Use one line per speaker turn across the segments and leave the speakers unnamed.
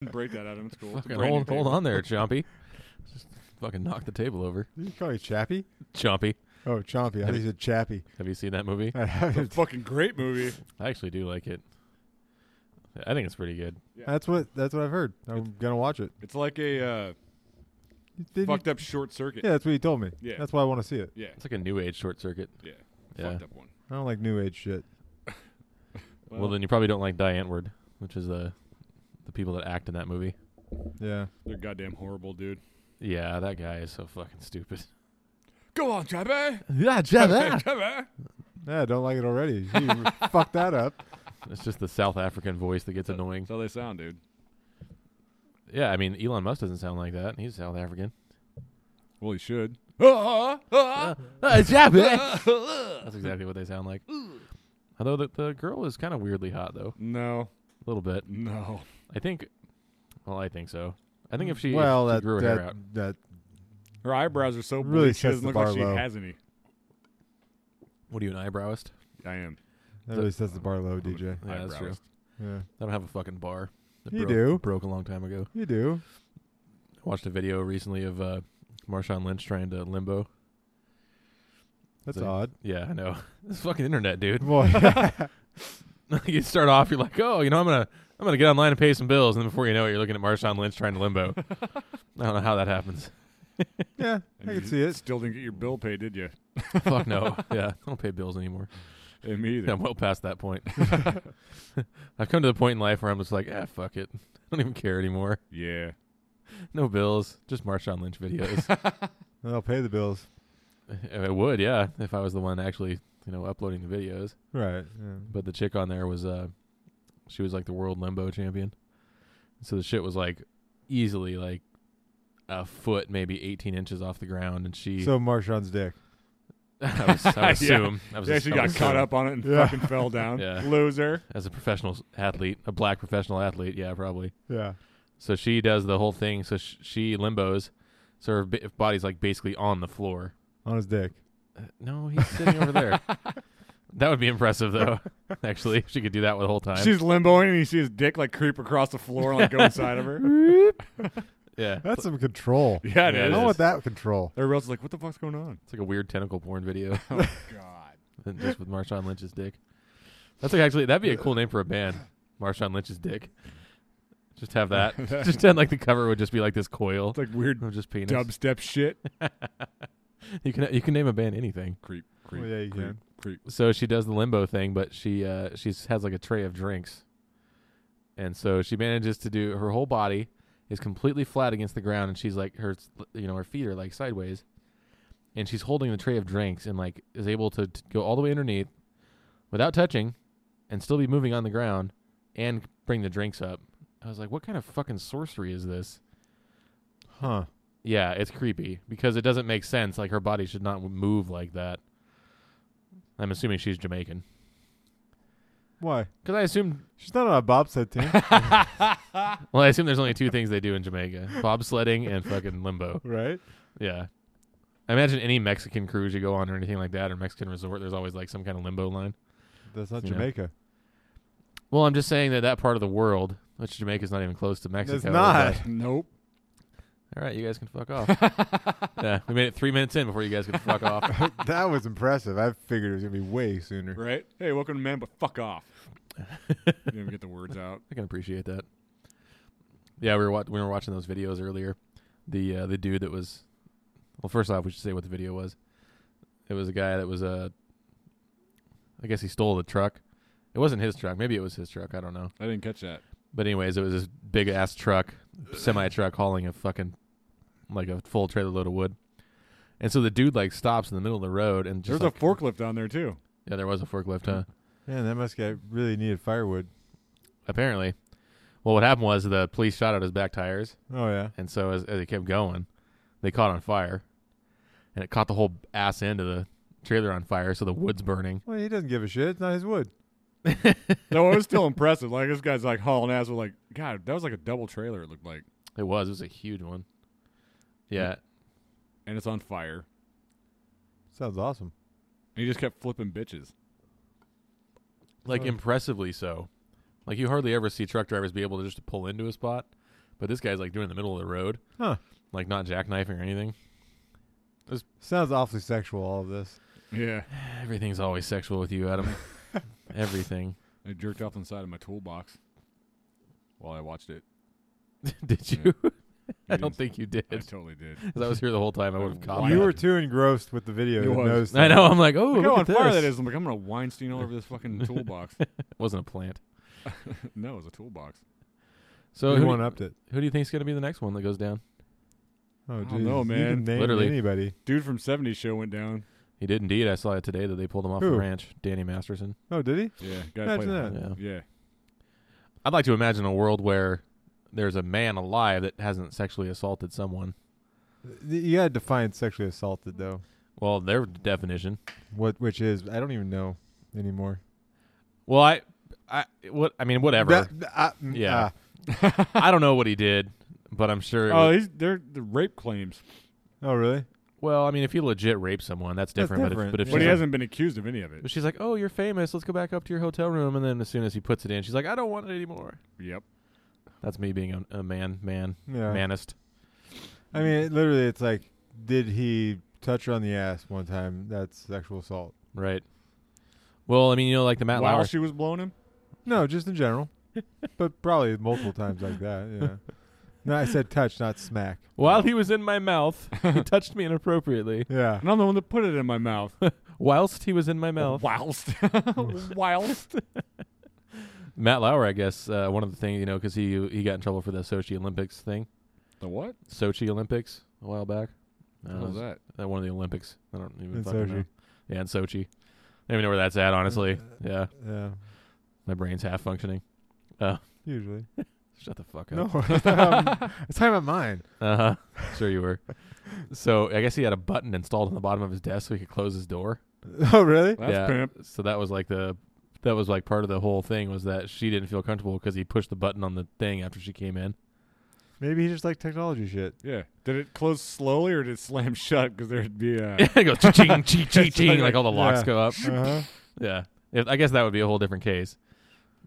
Break that out him. It's cool. It's a
Fucking
brand new
hold, hold
table.
on there, Chompy. Just fucking knock the table over.
Did you call you Chappie?
Chompy,
Oh, Chompy. I think you said Chappie.
have you seen that movie?
I haven't.
Fucking great movie.
I actually do like it. I think it's pretty good.
That's what that's what I've heard. I'm gonna watch it.
It's like a uh,
Did you-
fucked up short circuit.
Yeah, that's what he told me.
Yeah.
That's why I want to see it.
Yeah.
It's like a new age short circuit.
Yeah.
Yeah.
Fucked up one.
I don't like new age shit.
Well, then you probably don't like Die Antwoord, which is the the people that act in that movie.
Yeah.
they're goddamn horrible, dude.
Yeah, that guy is so fucking stupid.
Go on, Jabba.
Yeah,
Jabba.
Yeah, I don't like it already. You fucked that up.
It's just the South African voice that gets annoying.
That's how they sound, dude.
Yeah, I mean Elon Musk doesn't sound like that. He's South African.
Well, he should. Ah, ah, ah, ah.
That's exactly what they sound like. Although the, the girl is kind of weirdly hot though,
no,
a little bit.
no.
I think. Well, I think so. I think if she, if
well,
she
that
grew her
that,
hair out,
that
Her eyebrows are so
Really
bleak. She
sets
doesn't
the
look like
bar
she
low.
has any.
what are you an eyebrowist?
I am.
that
The-
really sets the bar low, DJ.
Yeah, that's true.
Eyebrows.
Yeah,
I don't have a fucking bar. That
You
broke,
do.
Broke a long time ago.
you do.
I watched a video recently of uh, Marshawn Lynch trying to limbo.
That's
So-
odd.
Yeah, I know. This fucking internet, dude.
Well,
you start off, you're like, oh, you know, I'm gonna, I'm gonna get online and pay some bills, and then before you know it, you're looking at Marshawn Lynch trying to limbo. I don't know how that happens.
yeah, I
And you
can see it.
Still didn't get your bill paid, did you?
Fuck no. Yeah, I don't pay bills anymore.
Eh, Me either.
I'm well past that point. I've come to the point in life where I'm just like, ah, fuck it. I don't even care anymore.
Yeah.
No bills, just Marshawn Lynch videos.
I'll pay the bills.
I would, yeah, if I was the one actually, you know, uploading the videos.
Right. yeah.
But the chick on there was, uh, she was like the world limbo champion. So the shit was like easily like a foot, maybe 18 inches off the ground, and she,
So Marshawn's dick.
I, was, I would
Yeah.
assume, I was,
She
ass-
actually
I
got
would
caught
assume,
up on it and
Yeah.
fucking fell down.
Yeah.
Loser.
as a professional s- athlete, a black professional athlete, yeah, probably.
Yeah.
So she does the whole thing. So sh- she limbos. So her b- body's like basically on the floor.
On his dick.
Uh, no, he's sitting over there. That would be impressive, though. Actually, if she could do that the whole time.
She's limboing and you see his dick like creep across the floor and like go inside of her.
yeah,
That's some control.
Yeah, it
Yeah,
I
is.
it
don't want that control.
Everybody else is like, what the fuck's going on?
it's like a weird tentacle porn video,
Oh, God.
just with Marshawn Lynch's dick. That's like actually that'd be a cool name for a band, Marshawn Lynch's dick. Just have that. just then, like the cover would just be like this coil
It's like weird
of just penis.
dubstep shit.
You can you can name a band anything.
Creep, creep,
Well, yeah, you
creep,
can.
creep.
so she does the limbo thing, but she uh, she has like a tray of drinks, and so she manages to do her whole body is completely flat against the ground, and she's like her you know her feet are like sideways, and she's holding the tray of drinks and like is able to, to go all the way underneath without touching, and still be moving on the ground, and bring the drinks up. I was like, what kind of fucking sorcery is this?
Huh.
Yeah, it's creepy because it doesn't make sense. Like her body should not move like that. I'm assuming she's Jamaican.
Why?
Because I assume,
She's not on a bobsled team.
well, I assume there's only two things they do in Jamaica: bobsledding and fucking limbo.
right?
Yeah, I imagine any Mexican cruise you go on or anything like that, or Mexican resort, there's always like some kind of limbo line.
That's not
You know,
Jamaica.
Well, I'm just saying that that part of the world, which Jamaica's not even close to Mexico.
It's not.
but-
Nope.
all right, you guys can fuck off. yeah, we made it three minutes in before you guys could fuck off.
that was impressive. I figured it was gonna be way sooner.
Right? Hey, welcome to man, but fuck off. You didn't get the words out.
I can appreciate that. Yeah, we were wat- we were watching those videos earlier. The uh, the dude that was well, first off, we should say what the video was. It was a guy that was uh, I guess he stole the truck. It wasn't his truck. Maybe it was his truck. I don't know.
I didn't catch that.
But anyways, it was this big ass truck, semi truck hauling a fucking like a full trailer load of wood. And so the dude like stops in the middle of the road and just
There's
like,
a forklift down there, too.
yeah, there was a forklift, huh?
Man, that must get really needed firewood.
Apparently. Well, what happened was the police shot at his back tires.
Oh yeah.
And so as, as it kept going, they caught on fire, and it caught the whole ass end of the trailer on fire. So the wood's burning.
Well, he doesn't give a shit. It's not his wood.
No, it was still impressive. Like, this guy's like hauling ass with like, God, that was like a double trailer, it looked like.
It was. It was a huge one. Yeah.
Mm. And it's on fire.
Sounds awesome.
And he just kept flipping bitches.
Like
Oh.
impressively so. Like you hardly ever see truck drivers be able to just pull into a spot But this guy's like doing it in the middle of the road,
Huh.
like not jackknifing or anything.
Sounds awfully sexual. All of this.
Yeah.
Everything's always sexual with you, Adam. Everything.
I jerked off inside of my toolbox while I watched it.
did
Yeah.
you? I
You
don't
didn't-
think you did.
I totally did.
'Cause I was here the whole time. I would have caught
Why
you
that.
were too engrossed with the video.
It
to
was.
notice
I
that.
know. I'm like, oh,
Look
look
how
at
on fire that
this.
is. I'm like, I'm gonna Weinstein all over this fucking toolbox.
Wasn't a plant.
no, it was a toolbox.
So
you
who,
one
do,
upped it.
who do you think is going to be the next one that goes down?
Oh,
I
geez.
don't know,
You
man.
can name
Literally.
anybody.
Dude from '70s show went down.
He did indeed. I saw it today that they pulled him off the
Who?
ranch. Danny Masterson.
Oh, did he?
Yeah, guy
Imagine
played.
that.
Yeah.
Yeah,
I'd like to imagine a world where there's a man alive that hasn't sexually assaulted someone.
You gotta define sexually assaulted though.
Well, their definition.
What? Which is I don't even know anymore.
Well, I, I, what I mean, whatever.
That- I- mm,
Yeah.
ah.
I don't know what he did, but I'm sure. It
Oh,
was-
he's, they're the rape claims,
oh, really?
well, I mean, if he legit raped someone, that's
That's
different.
different,
But if, but if
yeah.
she's
but he
like-
hasn't been accused of any of it.
But she's like, "Oh, you're famous. Let's go back up to your hotel room." And then as soon as he puts it in, she's like, "I don't want it anymore."
Yep.
That's me being a, a man, man,
Yeah.
manist.
I mean, it- literally, it's like, did he touch her on the ass one time? That's sexual assault.
Right. Well, I mean, you know, like the Matt
While
Lauer.
she was blowing him,
No, just in general, but probably multiple times like that. Yeah. No, I said touch, not smack.
While he was in my mouth, he touched me inappropriately.
Yeah.
and I'm the one that put it in my mouth.
Whilst he was in my mouth,
Whilst, whilst.
Matt Lauer, I guess, uh, one of the things you know, because he he got in trouble for the Sochi Olympics thing,
The what?
Sochi Olympics a while back. Uh,
What was that?
At one of the Olympics. I don't even
In
fucking
Sochi.
know. Yeah, in Sochi. I don't even know where that's at, honestly. Yeah,
Uh, Yeah.
my brain's half functioning.
Usually.
Shut the fuck up.
No. Um, it's talking about mine.
Uh huh. Sure you were. so I guess he had a button installed on the bottom of his desk so he could close his door.
Oh, really?
That's
yeah.
pimp.
So that was like the that was like part of the whole thing was that she didn't feel comfortable because he pushed the button on the thing after she came in.
Maybe he just like technology shit.
Yeah. Did it close slowly or did it slam shut? Because there'd be a.
it goes ching ching ching
It's like-
ching like all the locks
yeah.
go up.
Uh-huh.
Yeah. If, I guess that would be a whole different case.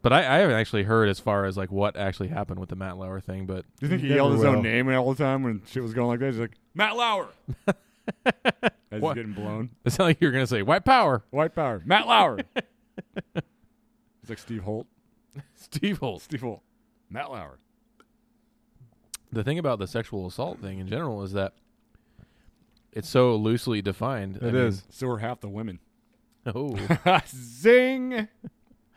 But I, I haven't actually heard as far as like what actually happened with the Matt Lauer thing, but
Do you think he
Never
yelled his own
will.
name all the time when shit was going like that? He's like, Matt Lauer. As he's
What?
getting blown.
it sounded like you were gonna say white power.
White power. Matt Lauer. it's like Steve Holt.
Steve Holt.
Steve Holt. Matt Lauer.
the thing about the sexual assault thing in general is that it's so loosely defined.
It is.
So are half the women.
oh,
Zing.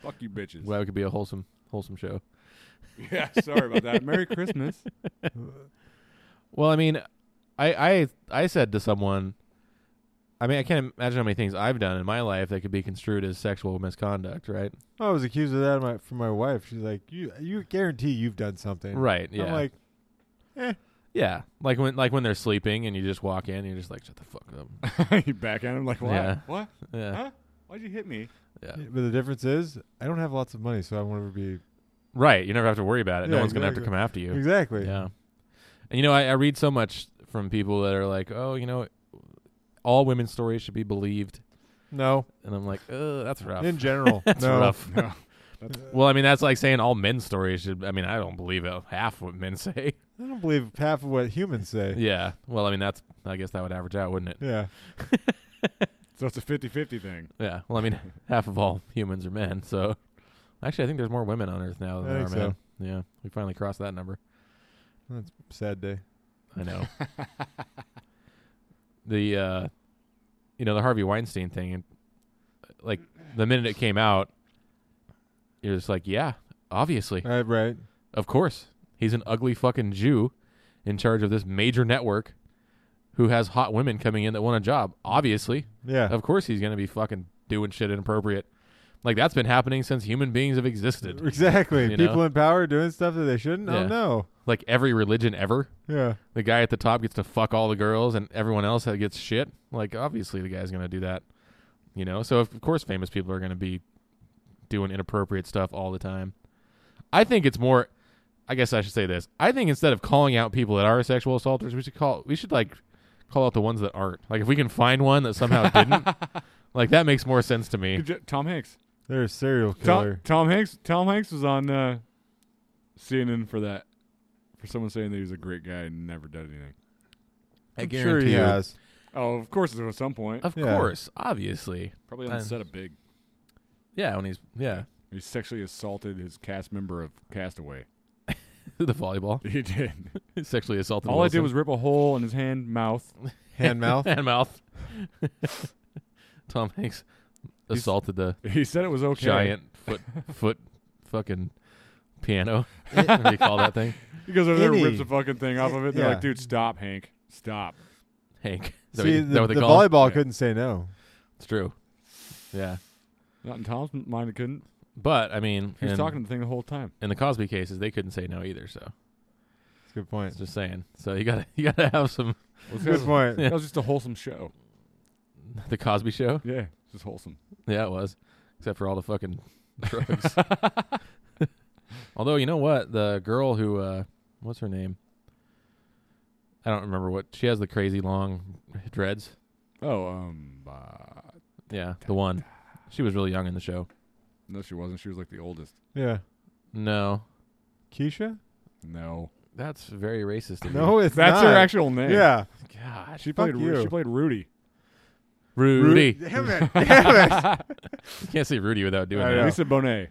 Fuck you bitches.
well, it could be a wholesome, wholesome show.
yeah, sorry about that. Merry Christmas.
Well, I mean, I, I, I said to someone, I mean, I can't imagine how many things I've done in my life that could be construed as sexual misconduct, right?
I was accused of that my, from my wife. She's like, you, you guarantee you've done something.
Right. Yeah.
I'm like,
yeah. Like when, like when they're sleeping and you just walk in, and you're just like, shut the fuck up.
you back at him like, what?
Yeah.
What?
Yeah.
Huh? Why'd you hit me?
Yeah.
but the difference is, I don't have lots of money, so I won't ever be
Right. You never have to worry about it. no
Yeah,
one's gonna have to
exactly.
come after you.
exactly.
Yeah. And you know, I, I read so much from people that are like, oh, you know, all women's stories should be believed.
No,
And I'm like, uh, that's rough.
in general,
that's
no.
rough.
No.
Well, I mean, that's like saying all men's stories should. I mean, I don't believe it, half what men say.
I don't believe half of what humans say.
yeah. Well, I mean, that's. I guess that would average out, wouldn't it?
Yeah.
So it's a 50 50 thing.
Yeah. Well, I mean, half of all humans are men. So, actually, I think there's more women on Earth now than
I
there are
think so.
men. Yeah. We finally crossed that number.
That's a sad day.
I know. the uh you know, the Harvey Weinstein thing and like the minute it came out, you're just like, Yeah, obviously.
All right, right.
Of course. He's an ugly fucking Jew in charge of this major network who has hot women coming in that want a job. Obviously.
Yeah.
Of course he's gonna be fucking doing shit inappropriate. Like that's been happening since human beings have existed.
Exactly.
You
People
know?
in power doing stuff that they shouldn't.
Yeah.
Oh no.
Like every religion ever.
Yeah.
the guy at the top gets to fuck all the girls and everyone else that gets shit like obviously the guy's going to do that you know so of course famous people are going to be doing inappropriate stuff all the time i think it's more i guess i should say this i think instead of calling out people that are sexual assaulters we should call we should like call out the ones that aren't like if we can find one that somehow didn't like that makes more sense to me
Good jo- Tom Hanks.
They're a serial
Tom,
killer.
Tom Hanks. Tom Hanks was on uh, CNN for that for someone saying that he's a great guy and never did anything.
I
I'm
guarantee
sure he
you.
has.
Oh, of course, at some point,
Of
Yeah.
course, obviously.
probably on the
uh,
set of Big,
Yeah, when he's yeah,
he sexually assaulted his cast member of Castaway.
the volleyball
He did.
sexually assaulted.
All I
Wilson.
did was rip a hole in his hand, mouth.
Hand mouth.
hand mouth. Tom Hanks
He's-
assaulted the
He said it was okay.
giant foot foot fucking piano. what do you call that thing?
He goes over there and
Any-
rips a fucking thing off of it. They're
Yeah.
like, dude, stop, Hank, stop.
Hank. Is that what
See,
you- is that
the,
what they
the
call it?
volleyball
Yeah.
couldn't say no.
It's true. Yeah,
Not in Tom's mind, it couldn't.
but I mean,
He was
in,
talking to the thing the whole time.
in the Cosby cases, they couldn't say no either. So
That's a good point.
just saying. So you gotta you gotta have some
Well,
Good
that, was,
point.
that was just a wholesome show.
the Cosby Show.
Yeah, it's just wholesome.
Yeah, it was. Except for all the fucking drugs. Although you know what, the girl who uh what's her name? I don't remember what she has the crazy long dreads.
Oh, um, uh,
Yeah, the one. She was really young in the show.
no, she wasn't. She was like the oldest.
Yeah.
No.
Keisha?
No,
That's very racist. of
No, it's
that's
not.
her actual name.
Yeah.
you. God.
she
Fuck
played. Ru-
you.
She played Rudy.
Rudy.
Damn it. Damn it.
You can't say Rudy without doing
I
that.
know.
Lisa Bonet,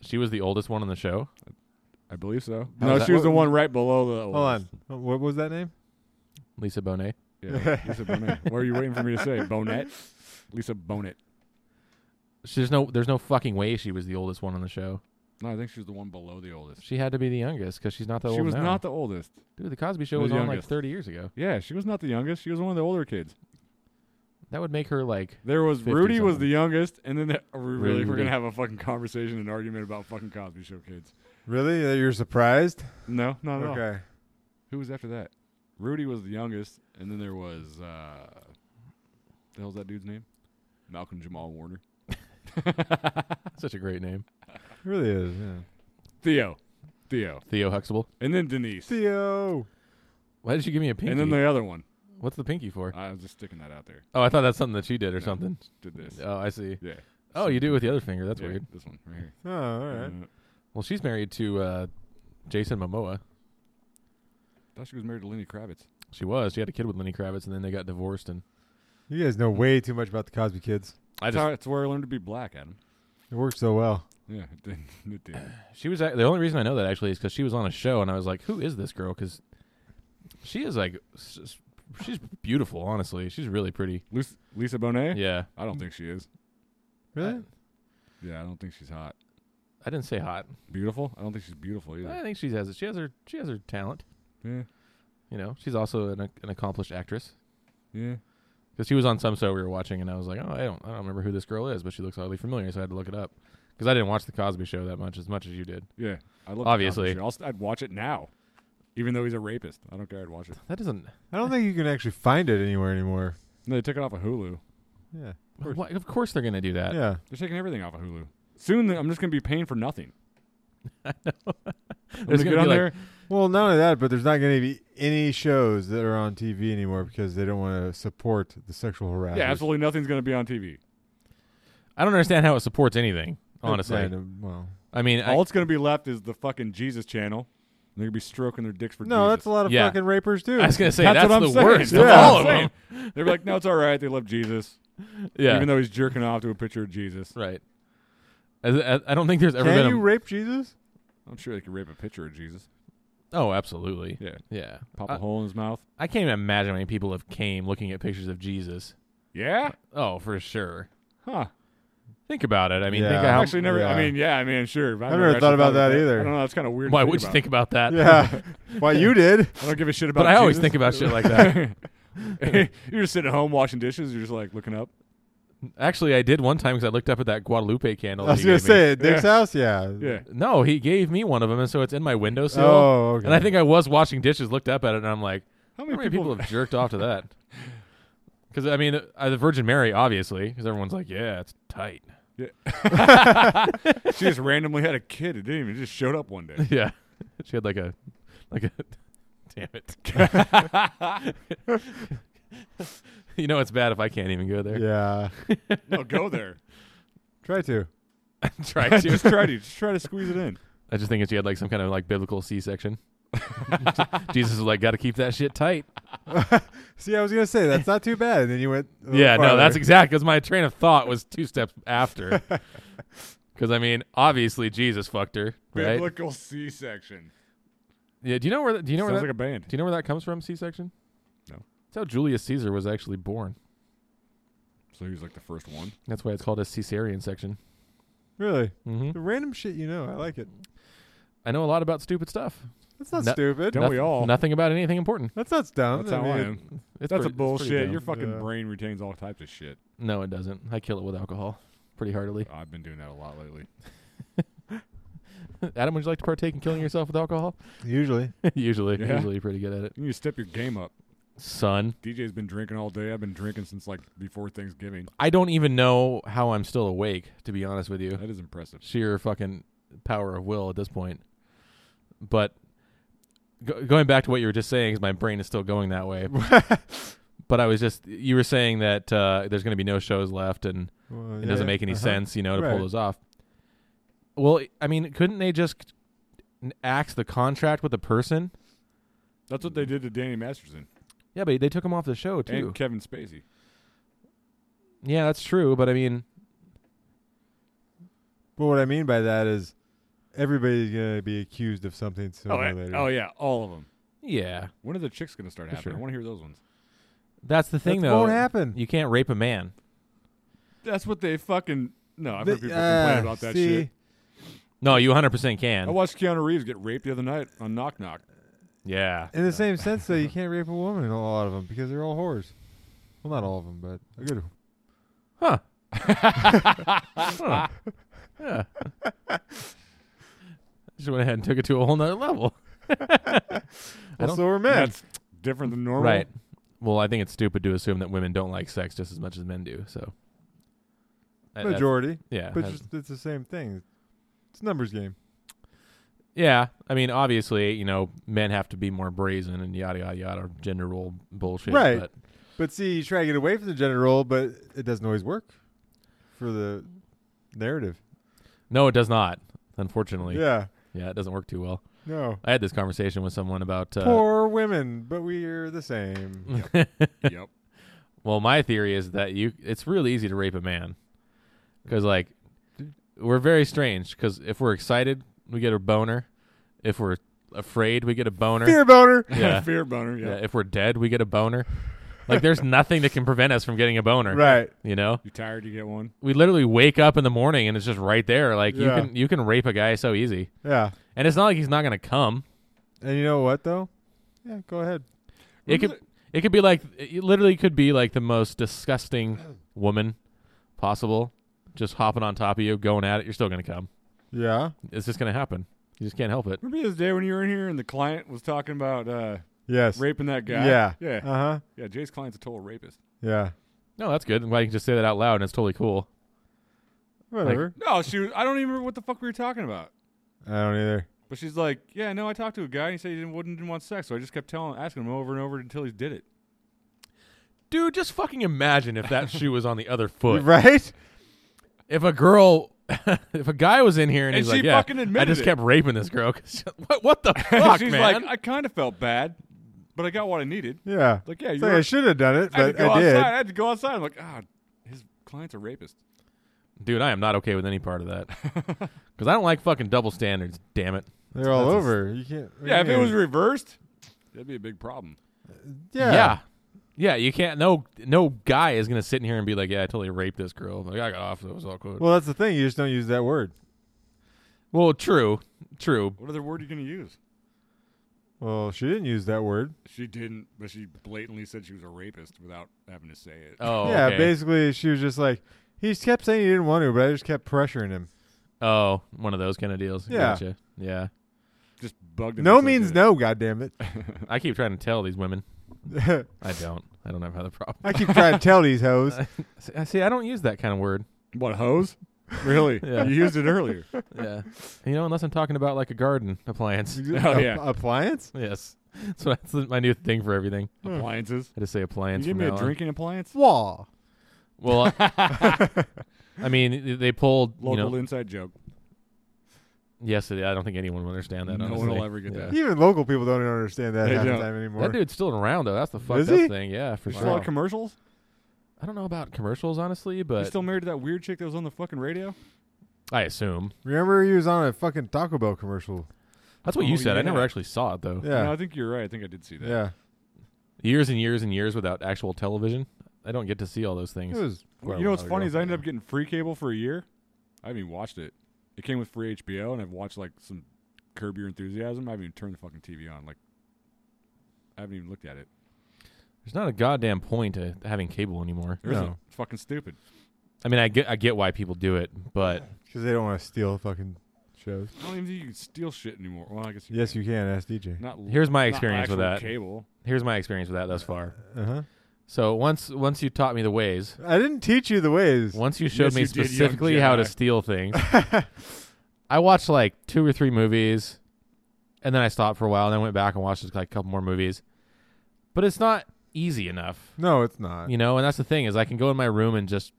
She was the oldest one on the show.
I believe so.
How
no,
was
she
that?
was the one right below the.
Hold on. Uh, What was that name?
Lisa Bonet.
Yeah, Lisa Bonet. What are you waiting for me to say? Bonet. Lisa Bonet.
She, there's no there's no fucking way she was the oldest one on the show.
No, I think she was the one below the oldest.
She had to be the youngest because she's not that
she
old
was
now.
not the oldest.
Dude, the Cosby Show
The
was on like
youngest.
30 years ago.
Yeah, she was not the youngest. She was one of the older kids.
That would make her like
There was
50
Rudy was
something.
the youngest, and then the, are we really we're
Rudy.
gonna have a fucking conversation and argument about fucking Cosby Show kids.
Really? That You're surprised?
No, not at all.
Okay.
Who was after that? Rudy was the youngest, and then there was uh, the hell's that dude's name? Malcolm Jamal Warner.
such a great name.
It really is. Yeah.
Theo, Theo,
Theo Huxtable.
and then Denise,
E Theo.
Why did you give me a pinky?
and then the other one.
What's the pinky for?
I was just sticking that out there.
Oh, I thought that's something that she did or
No.
something.
Did this?
Oh, I see.
Yeah.
Oh, you do it with the other finger. That's
Yeah,
weird.
This one right here.
Oh, all right.
Uh,
Well, she's married to uh, Jason Momoa.
thought she was married to Lenny Kravitz.
She was. She had a kid with Lenny Kravitz, and then they got divorced. And
You guys know way too much about the Cosby Kids.
I
That's
just
how- that's where I learned to be black, Adam.
It works so well.
Yeah, it did. It did.
she was act- the only reason I know that actually is because she was on a show, and I was like, "Who is this girl?" Because she is like, s- s- she's beautiful. Honestly, she's really pretty.
Lisa, Lisa Bonet.
Yeah.
I don't think she is.
Really?
I,
Yeah, I don't think she's hot.
I didn't say hot.
Beautiful? I don't think she's beautiful
I
either.
think she has it. She has her. She has her talent.
Yeah,
You know, she's also an, an accomplished actress.
yeah.
because she was on some show we were watching, and I was like, oh, I don't, I don't remember who this girl is, but she looks oddly familiar, so I had to look it up because I didn't watch the Cosby Show that much as much as you did.
Yeah, I love the
Obviously.
Cosby Show. I'll, st- I'd watch it now, even though he's a rapist. I don't care. I'd watch it.
That doesn't.
I don't think you can actually find it anywhere anymore.
No, they took it off of Hulu.
Yeah.
course.
Why, of course they're gonna do that.
Yeah.
They're taking everything off of Hulu. Soon, th- I'm just gonna be paying for nothing. I know.
There's
get
gonna
on
be, like-
there.
Well, not only that, but there's not going to be any shows that are on TV anymore because they don't want to support the sexual harassment.
yeah, absolutely nothing's gonna be on TV.
I don't understand how it supports anything. Honestly,
well,
I mean, I,
All it's gonna be left is the fucking Jesus channel. And they're gonna be stroking their dicks for
no, that's a
Jesus.
lot of
Yeah.
fucking rapers too.
I was gonna say
That's
that's,
what I'm
the
saying.
worst of
Yeah.
all
That's
of
what I'm
them.
They're like, no, it's all right. They love Jesus,
Yeah,
even though he's jerking off to a picture of Jesus.
right. As, as, I don't think there's ever
Can
been.
you
a,
rape Jesus?
I'm sure they could rape a picture of Jesus.
oh, absolutely.
Yeah,
Yeah, Uh,
pop a
I,
hole in his mouth.
I can't even imagine how many people have came looking at pictures of Jesus.
Yeah,
Oh, for sure.
huh?
Think about it. I mean, think
Yeah.
of how.
I've actually never. I
yeah.
mean, yeah, I mean, sure. but
I've never
actually
thought about that either.
I don't know. That's kind of weird. to
why would you
about.
think about that?
Yeah. Why you did?
I don't give a shit about.
But I always
Jesus.
think about shit like that.
you're just sitting at home washing dishes. You're just like looking up.
Actually, I did one time because I looked up at that Guadalupe candle.
I
that
was
he
gonna
gave me.
say at Dick's house. Yeah.
Yeah.
No, he gave me one of them, and so it's in my windowsill.
Oh, okay.
And I think I was washing dishes, looked up at it, and I'm like,
How
how many people, have jerked off to that? Because I mean, uh, the Virgin Mary, obviously, because everyone's like, yeah, it's tight.
she just randomly had a kid. It didn't even. It just showed up one day.
yeah, she had like a, like a, damn it. you know it's bad if I can't even go there.
yeah.
No, go there.
Try to.
Try
just
to.
try to just try to squeeze it in.
I just think she had like some kind of like biblical C-section. Jesus is like, got to keep that shit tight.
See, I was gonna say that's not too bad, and then you went. a little
yeah, no, that's
farther.
exact. Because my train of thought was two steps after. Because I mean, obviously Jesus fucked her, right?
Biblical C-section.
yeah. Do you know where? That, do you know
Sounds
where that?
like a band.
do you know where that comes from? C-section.
No.
That's how Julius Caesar was actually born.
So he was like the first one.
That's why it's called a Caesarian section.
really
hmm
the random shit. You know, I like it.
I know a lot about stupid stuff.
That's not
No-
stupid.
Don't we all?
Nothing about anything important.
That's not dumb.
That's
I
how I
mean,
am.
It's
Oh. That's
pretty-
a
it's pretty
bullshit.
dumb.
Your fucking
Yeah.
brain retains all types of shit.
No, it doesn't. I kill it with alcohol pretty heartily.
I've been doing that a lot lately.
Adam, would you like to partake in killing yourself with alcohol?
Usually,
usually,
Yeah.
usually pretty good at it.
You need to step your game up.
Son,
DJ's been drinking all day. I've been drinking since like before Thanksgiving.
I don't even know how I'm still awake. To be honest with you,
That is impressive.
sheer fucking power of will at this point. But go- going back to what you were just saying, because my brain is still going that way. but I was just you were saying that uh, there's going to be no shows left, and
Well,
it
yeah,
doesn't make any
uh-huh.
sense, you know, to
Right.
pull those off. Well, I mean, couldn't they just axe the contract with the person?
That's what they did to Danny Masterson
Yeah, but they took him off the show too.
and Kevin Spacey.
yeah, that's true. But I mean,
But what I mean by that is everybody's gonna be accused of something sooner
Oh,
or
yeah.
later.
oh yeah, all of them.
yeah,
When are the chicks gonna start
For
happening? I
sure.
want to hear those ones.
that's the thing,
That
though.
won't happen.
You can't rape a man.
That's what they fucking. No, I've heard
The-
people
ah,
complain about that
see,
shit.
No, you 100%
Oh,
I
can.
watched Keanu Reeves get raped the other night on Knock Knock.
Yeah.
In the same sense, though, you can't rape a woman in a lot of them because they're all whores. Well, not all of them, but a good.
Huh. Huh. Yeah. Just went ahead and took it to a whole nother level. I don't-
Also, we're men.
That's different than normal.
Right. Well, I think it's stupid to assume that women don't like sex just as much as men do. So, That- that's-
Majority,
yeah,
but
that's-
just, it's the same thing. It's a numbers game.
yeah. I mean, obviously, you know, men have to be more brazen and yada yada yada, gender role bullshit.
Right.
But
But see, you try to get away from the gender role, but it doesn't always work for the narrative.
no, it does not. Unfortunately,
Yeah,
Yeah, it doesn't work too well.
no.
I had this conversation with someone about. Uh,
Poor women, but we're the same.
Yep.
well, my theory is that you. It's really easy to rape a man, because like, we're very strange. Because if we're excited, we get a boner. If we're afraid, we get a boner.
Fear boner.
Yeah.
Fear boner.
Yeah,
Yeah.
if we're dead, we get a boner. Like there's nothing that can prevent us from getting a boner.
Right.
You know?
You tired? You get one.
We literally wake up in the morning and it's just right there. Like
Yeah.
you can you can rape a guy so easy.
Yeah.
And it's not like he's not gonna come.
And you know what though? Yeah, go ahead.
It could it could be like it literally could be like the most disgusting woman possible. Just hopping on top of you, going at it, you're still gonna come.
Yeah.
It's just gonna happen. You just can't help it.
Remember this day when you were in here and the client was talking about uh,
Yes.
raping that guy?
Yeah.
Yeah.
Uh huh.
yeah. Jay's client's a total rapist.
Yeah.
No, that's good. I'm glad you can just say that out loud and it's totally cool.
Whatever.
No, she was. I don't even remember what the fuck we were talking about.
I don't either.
But she's like, yeah, no, I talked to a guy and he said he didn't, wouldn't, didn't want sex. So I just kept telling, asking him over and over until he did it.
Dude, just fucking imagine if that shoe was on the other foot.
Right?
if a girl, if a guy was in here and,
And
he's
she
like, yeah,
fucking
I
admitted
just
it."
kept raping this girl. 'cause she- what, what the fuck,
she's
man?
like, I kind of felt bad, but I got what I needed.
Yeah.
Like, yeah,
It's
you
like I should have done it,
I had
but
to go
I
outside.
did.
I had to go outside. I'm like, ah, his client's a rapist.
Dude, I am not okay with any part of that because I don't like fucking double standards. Damn it.
They're all
That's a-
over. You can't. what do
Yeah,
you
if it
mean?
was reversed, that'd be a big problem.
yeah.
yeah, Yeah, You can't. No, no guy is gonna sit in here and be like, yeah, I totally raped this girl. Like I got off. It was awkward. Well,
Well, that's the thing. You just don't use that word.
true, true.
What other word are you gonna use?
Well, she didn't use that word.
She didn't, but she blatantly said she was a rapist without having to say it.
Oh,
yeah.
okay.
Basically, she was just like, he just kept saying he didn't want to, but I just kept pressuring him.
oh, one of those kind of deals.
Yeah.
Gotcha. Yeah.
Just bugged him.
No
until he
means
did it.
no. God damn it.
I keep trying to tell these women. I don't. I don't have the problem.
I keep trying to tell these hoes.
See- See, I don't use that kind of word.
What hose? Really?
Yeah.
You used it earlier.
Yeah. You know, unless I'm talking about like a garden appliance.
Oh, yeah.
App- appliance.
Yes. So that's my new thing for everything.
Appliances.
I just say
You
appliance.
give
from
me a
now on.
drinking appliance.
Flaw.
Well, I mean, they pulled, you
Local
know,
inside joke.
Yes, it, I don't think anyone will understand that.
No one will
honestly.
ever get
Yeah.
that.
Even local people don't even understand that
They
half the
don't.
time anymore.
That dude's still around though. That's the fucked
Is
up
he?
thing. Yeah, for
There's a
sure.
lot of commercials.
I don't know about commercials honestly,
He's
but
still married to that weird chick that was on the fucking radio.
I assume
Remember, he was on a fucking Taco Bell commercial.
that's what you
Oh,
said. I never
yeah.
actually saw it though.
No, I
Yeah,
think you're right. I think I did see that.
yeah.
Years and years and years without actual television. I don't get to see all those
It
things.
was.
Well, you
quite a
know what's
while
funny
ago.
is I ended up getting free cable for a year. I haven't even watched it. It came with free HBO, and I've watched like some Curb Your Enthusiasm. I haven't even turned the fucking TV on. Like, I haven't even looked at it.
There's not a goddamn point to having cable anymore.
There not
No.
It's fucking stupid.
I mean, I get I get why people do it, but
because they don't want to steal fucking shows.
I don't even think you can steal shit anymore. Well, I guess you
Yes,
can.
you can ask DJ.
Not l-
here's my
not
experience with
actual
that.
cable.
Here's my experience with that thus far.
Uh huh.
So once once you taught me the ways,
I didn't teach you the ways.
once you
Yes,
showed me
you did, young
specifically how to
Jedi.
steal things, I watched like two or three movies, and then I stopped for a while, and then went back and watched just, like a couple more movies. But it's not easy enough,
No, it's not.
you know. And that's the thing is, I can go in my room and just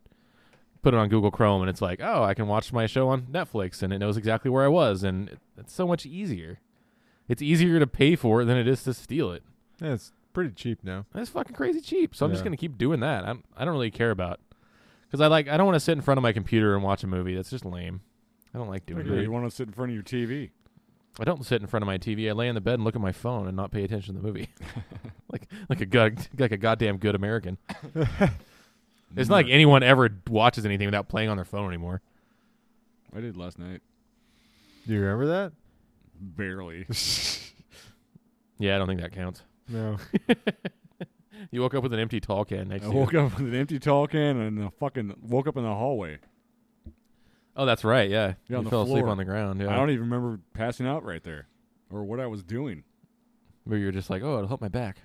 put it on Google Chrome, and it's like, oh, I can watch my show on Netflix, and it knows exactly where I was, and it- it's so much easier. It's easier to pay for it than it is to steal it.
Yeah, it's pretty cheap now.
That's fucking crazy cheap. So I'm just
Yeah.
gonna keep doing that. I'm I don't really care about because I like I don't want to sit in front of my computer and watch a movie. That's just lame. I don't like doing
Yeah,
that.
you want to sit in front of your TV.
I don't sit in front of my TV. I lay in the bed and look at my phone and not pay attention to the movie, like like a god, like a goddamn good American. It's not like anyone ever watches anything without playing on their phone anymore.
I did last night.
Do you remember that?
Barely.
Yeah, I don't think that counts.
No.
You woke up with an empty tall can next
I
to you.
woke up with an empty tall can and a fucking woke up in the hallway.
Oh, that's right. Yeah,
Yeah,
you
on the
fell asleep
floor.
on the ground. Yeah,
I don't e even remember passing out right there or what I was doing.
maybe you're just like, oh, it'll help my back.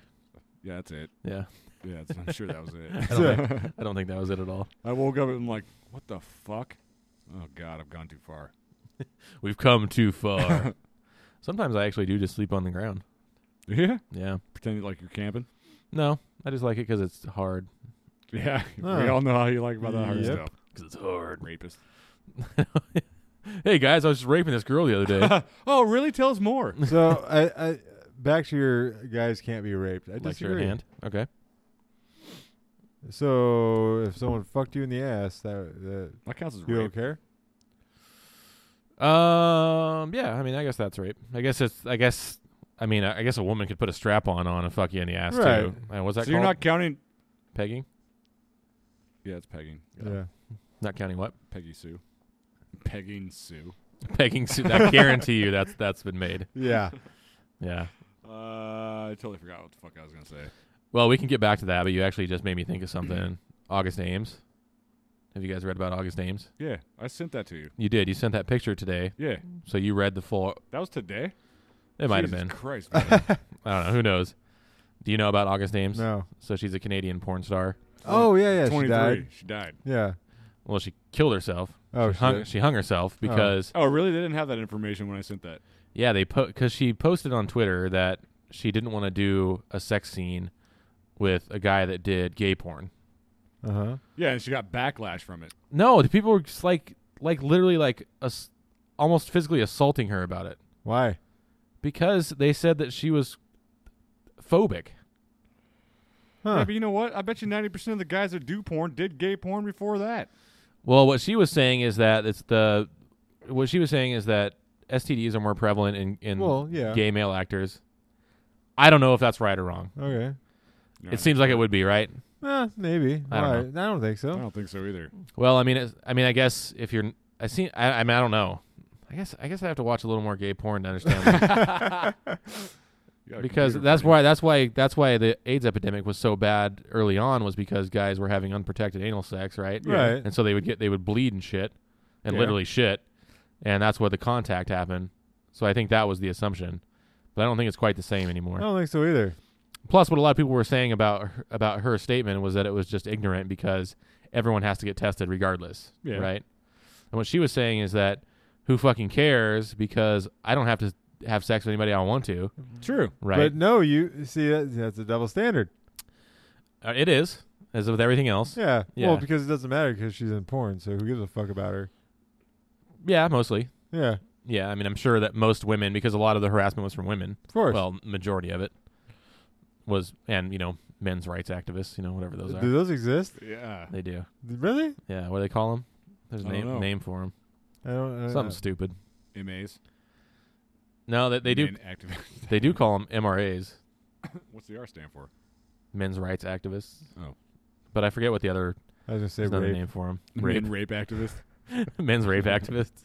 Yeah, that's it.
Yeah,
Yeah, that's, I'm sure that was
I
it.
don't, think, I don't think that was it at all.
I woke up and I'm like, what the fuck? Oh god, I've gone too far.
We've come too far. Sometimes I actually do just sleep on the ground.
Yeah,
Yeah.
pretending like you're camping.
No, I just like it because it's hard.
Yeah, we
Oh.
all know how you like about that hard
Yep.
stuff.
Because it's hard.
Rapist.
hey, guys, I was raping this girl the other day.
oh, really? Tell us more.
so I, I, back to your guys can't be raped. I
Lecture
disagree.
at hand. Okay.
So if someone fucked you in the ass, that, that
That counts as
you
rape.
don't care.
Um. Yeah. I mean, I guess that's rape. I guess it's. I guess. I mean, I I guess a woman could put a strap on on and fuck you in the ass too. Uh, what's
So
that
you're
called?
not counting.
pegging.
Yeah, it's pegging.
Yeah.
Not counting what?
Peggy Sue. Pegging Sue.
Pegging. suit. I guarantee you that's that's been made.
Yeah.
Yeah.
Uh, I totally forgot what the fuck I was gonna say.
Well, we can get back to that, but you actually just made me think of something. August Ames. Have you guys read about August Ames?
Yeah, I sent that to you.
You did. You sent that picture today,
Yeah,
so you read the full.
that was today.
It might have
Jesus
been.
Christ. man.
I don't know. Who knows? Do you know about August Ames?
no.
So she's a Canadian porn star.
Oh yeah, yeah. She
23.
died.
She died.
Yeah.
Well, she killed herself.
Oh,
she hung,
did?
she hung herself because
Oh, really? They didn't have that information when I sent that.
yeah, they because she posted on Twitter that she didn't want to do a sex scene with a guy that did gay porn.
Uh huh.
Yeah, and she got backlash from it.
No, the people were just like like literally like ass- almost physically assaulting her about it
Why?
because they said that she was phobic.
Yeah,
Huh.
but you know what? I bet you ninety percent of the guys that do porn did gay porn before that.
Well, what she was saying is that it's the what she was saying is that STDs are more prevalent in in
Well, yeah.
gay male actors. I don't know if that's right or wrong.
Okay.
No,
It seems like it would be right.
Eh, maybe.
I don't
Why? I don't think
I
so.
don't think so either.
Well, I mean, it's, I mean, I guess if you're, I see, I, I mean, I don't know. I guess I guess I have to watch a little more gay porn to understand that.
You got a
because
computer
that's
for you.
why that's why that's why the AIDS epidemic was so bad early on was because guys were having unprotected anal sex, right?
Yeah.
Right.
and so they would get they would bleed and shit and
Yeah.
literally shit and that's where the contact happened so i think that was the assumption but i don't think it's quite the same anymore
I don't think so either.
plus what a lot of people were saying about her, about her statement was that it was just ignorant because everyone has to get tested regardless
Yeah.
right and what she was saying is that who fucking cares because i don't have to have sex with anybody i want to
True.
right
But no, you see that, that's a double standard.
Uh, it is as with everything else yeah,
Yeah.
Yeah.
Well, because it doesn't matter because she's in porn, so who gives a fuck about her?
mostly
Yeah.
yeah, I mean, I'm sure that most women, because a lot of the harassment was from women.
Of course.
Well, majority of it was, and you know, men's rights activists, you know, whatever those
Do
are.
those exist?
Yeah.
They do.
Really?
Yeah, what do they call them? There's a
I don't know. Oh,
name name for them.
I don't. I don't
Something
know.
stupid.
MAs.
No, that they do.
Men activists.
They do call them MRAs,
What's the R stand for?
men's rights activists.
Oh.
But I forget what the other
I was
there's
gonna
another
say rape.
name for them.
Men rape activists.
men's rave activists,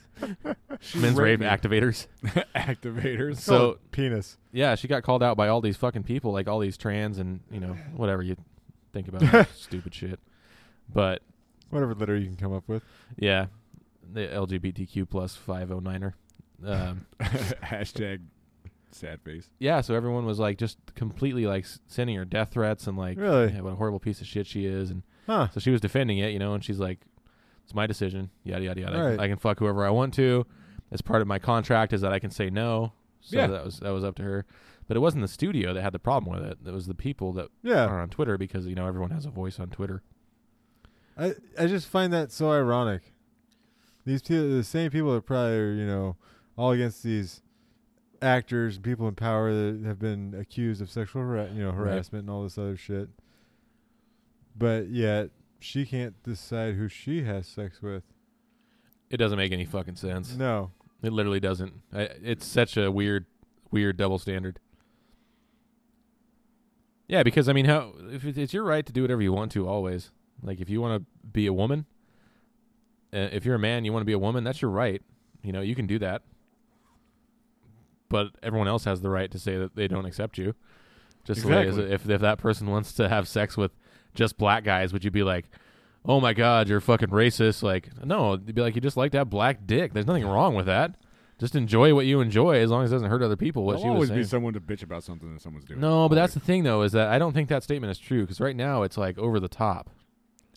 men's rave
raping.
activators.
Activators.
So
Penis.
yeah, she got called out by all these fucking people, like all these trans and you know whatever you think about stupid shit. But
Whatever letter you can come up with.
yeah, the LGBTQ plus five oh niner. Um,
Hashtag sad face.
yeah, so everyone was like just completely like s- sending her death threats and like
Really?
yeah, what a horrible piece of shit she is, and
Huh.
so she was defending it, you know, and she's like, "It's my decision, yada yada yada. I can-
Right.
I can fuck whoever I want to. As part of my contract is that I can say no." So
Yeah.
that was that was up to her, but it wasn't the studio that had the problem with it. It was the people that
Yeah.
are on Twitter because you know everyone has a voice on Twitter.
I I just find that so ironic. These people, the same people that probably are, you know, all against these actors and people in power that have been accused of sexual, hara- you know,
Right.
harassment and all this other shit. But yet she can't decide who she has sex with.
It doesn't make any fucking sense.
No.
It literally doesn't. I, it's such a weird, weird double standard. Yeah, because I mean, how if it- it's your right to do whatever you want to always. Like if you want to be a woman, uh, if you're a man, you want to be a woman. That's your right. You know, you can do that. But everyone else has the right to say that they don't accept you. Just the way as
Exactly.
if if that person wants to have sex with just black guys, would you be like, "Oh my god, you're fucking racist"? Like, no, you'd be like, "You just like to have black dick." There's nothing wrong with that. Just enjoy what you enjoy, as long as it doesn't hut other people. What she
There'll always
was saying.
be someone to bitch about something that someone's doing.
No, but that's
Always.
the thing though, is that I don't think that statement is true because right now it's like over the top.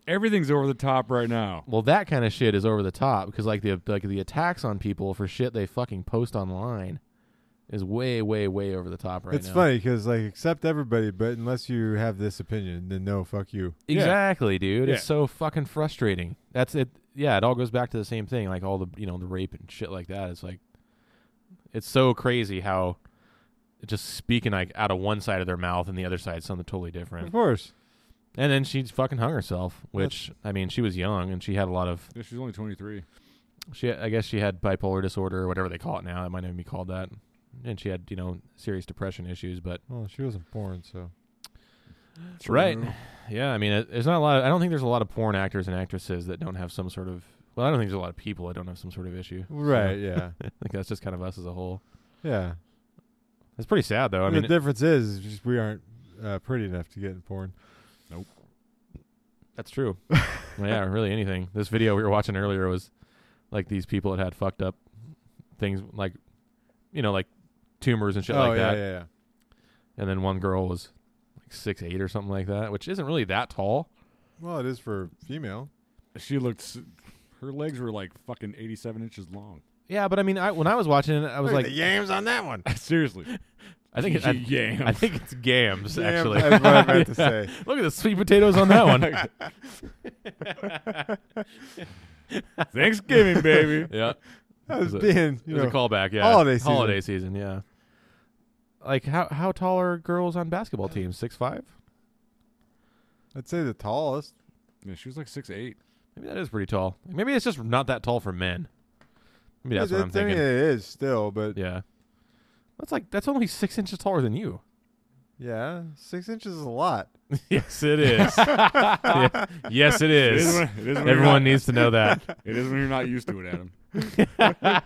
everything's over the top right now.
Well, that kind of shit is over the top because like the like the attacks on people for shit they fucking post online is way way way over the top right
it's
now.
funny 'cause funny because like accept everybody, but unless you have this opinion, then no, fuck you.
Yeah.
Exactly, dude.
Yeah.
It's so fucking frustrating. That's it. Yeah, it all goes back to the same thing, like all the you know the rape and shit like that. It's like it's so crazy how just speaking like out of one side of their mouth and the other side something totally different.
Of course.
Mm-hmm.
And then she fucking hung herself, which I mean, she was young and she had a lot of
Yeah, she's only 23.
she. I guess she had bipolar disorder or whatever they call it now. It might not even be called that. And she had you know serious depression issues, but
Well, she wasn't born, so
Right. yeah, I mean, it, there's not a lot. Of, I don't think there's a lot of porn actors and actresses that don't have some sort of. Well, I don't think there's a lot of people that don't have some sort of issue. So,
right, yeah,
I think that's just kind of us as a whole.
yeah.
It's pretty sad though. I mean,
the difference is, is just we aren't uh, pretty enough to get in porn.
That's true. yeah, really anything. This video we were watching earlier was like these people that had fucked up things like you know, like tumors and shit
oh
like
yeah,
that.
yeah, yeah.
And then one girl was like six eight or something like that, which isn't really that tall.
Well, it is for female.
She looked. s- Her legs were like fucking 87 inches long.
Yeah, but I mean I when I was watching it, I was
Look at
like
the E yams on that one.
Seriously.
I think it, I,
Yams.
I think it's gams actually.
That's what I meant to say.
Look at the sweet potatoes on that one.
Thanksgiving, baby.
yeah.
That was
Is it-
being, you
It was
know,
a callback, yeah.
holiday season.
Holiday season, yeah. Like how how tall are girls on basketball teams? Six five?
I'd say the tallest.
Yeah, she was like six eight.
Maybe that is pretty tall. Maybe it's just not that tall for men. Maybe that's
It-
what I'm
it's- I mean,
thinking.
it is still, but yeah.
Yeah. That's like that's only six inches taller than you.
six inches is a lot.
yes, it is. Yeah. Yes, it
It is
is.
when, it is when you're
Everyone
not-
needs to know that,
It is when you're not used to it, Adam.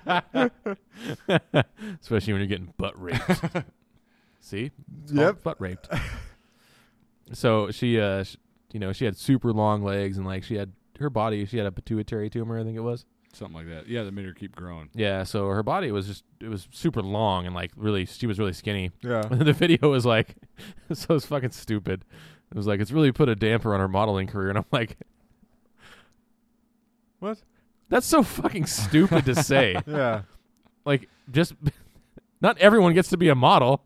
especially when you're getting butt raped. See, It's called
Yep.
butt raped. so she, uh, sh- you know, she had super long legs and like she had her body. She had a pituitary tumor, I think it was.
Something like that. Yeah, that made her keep growing.
Yeah, so her body was just it was super long and like really she was really skinny.
Yeah.
the video was like so it's fucking stupid. It was like it's really put a damper on her modeling career and I'm like
What?
That's so fucking stupid to say.
Yeah.
Like just not everyone gets to be a model.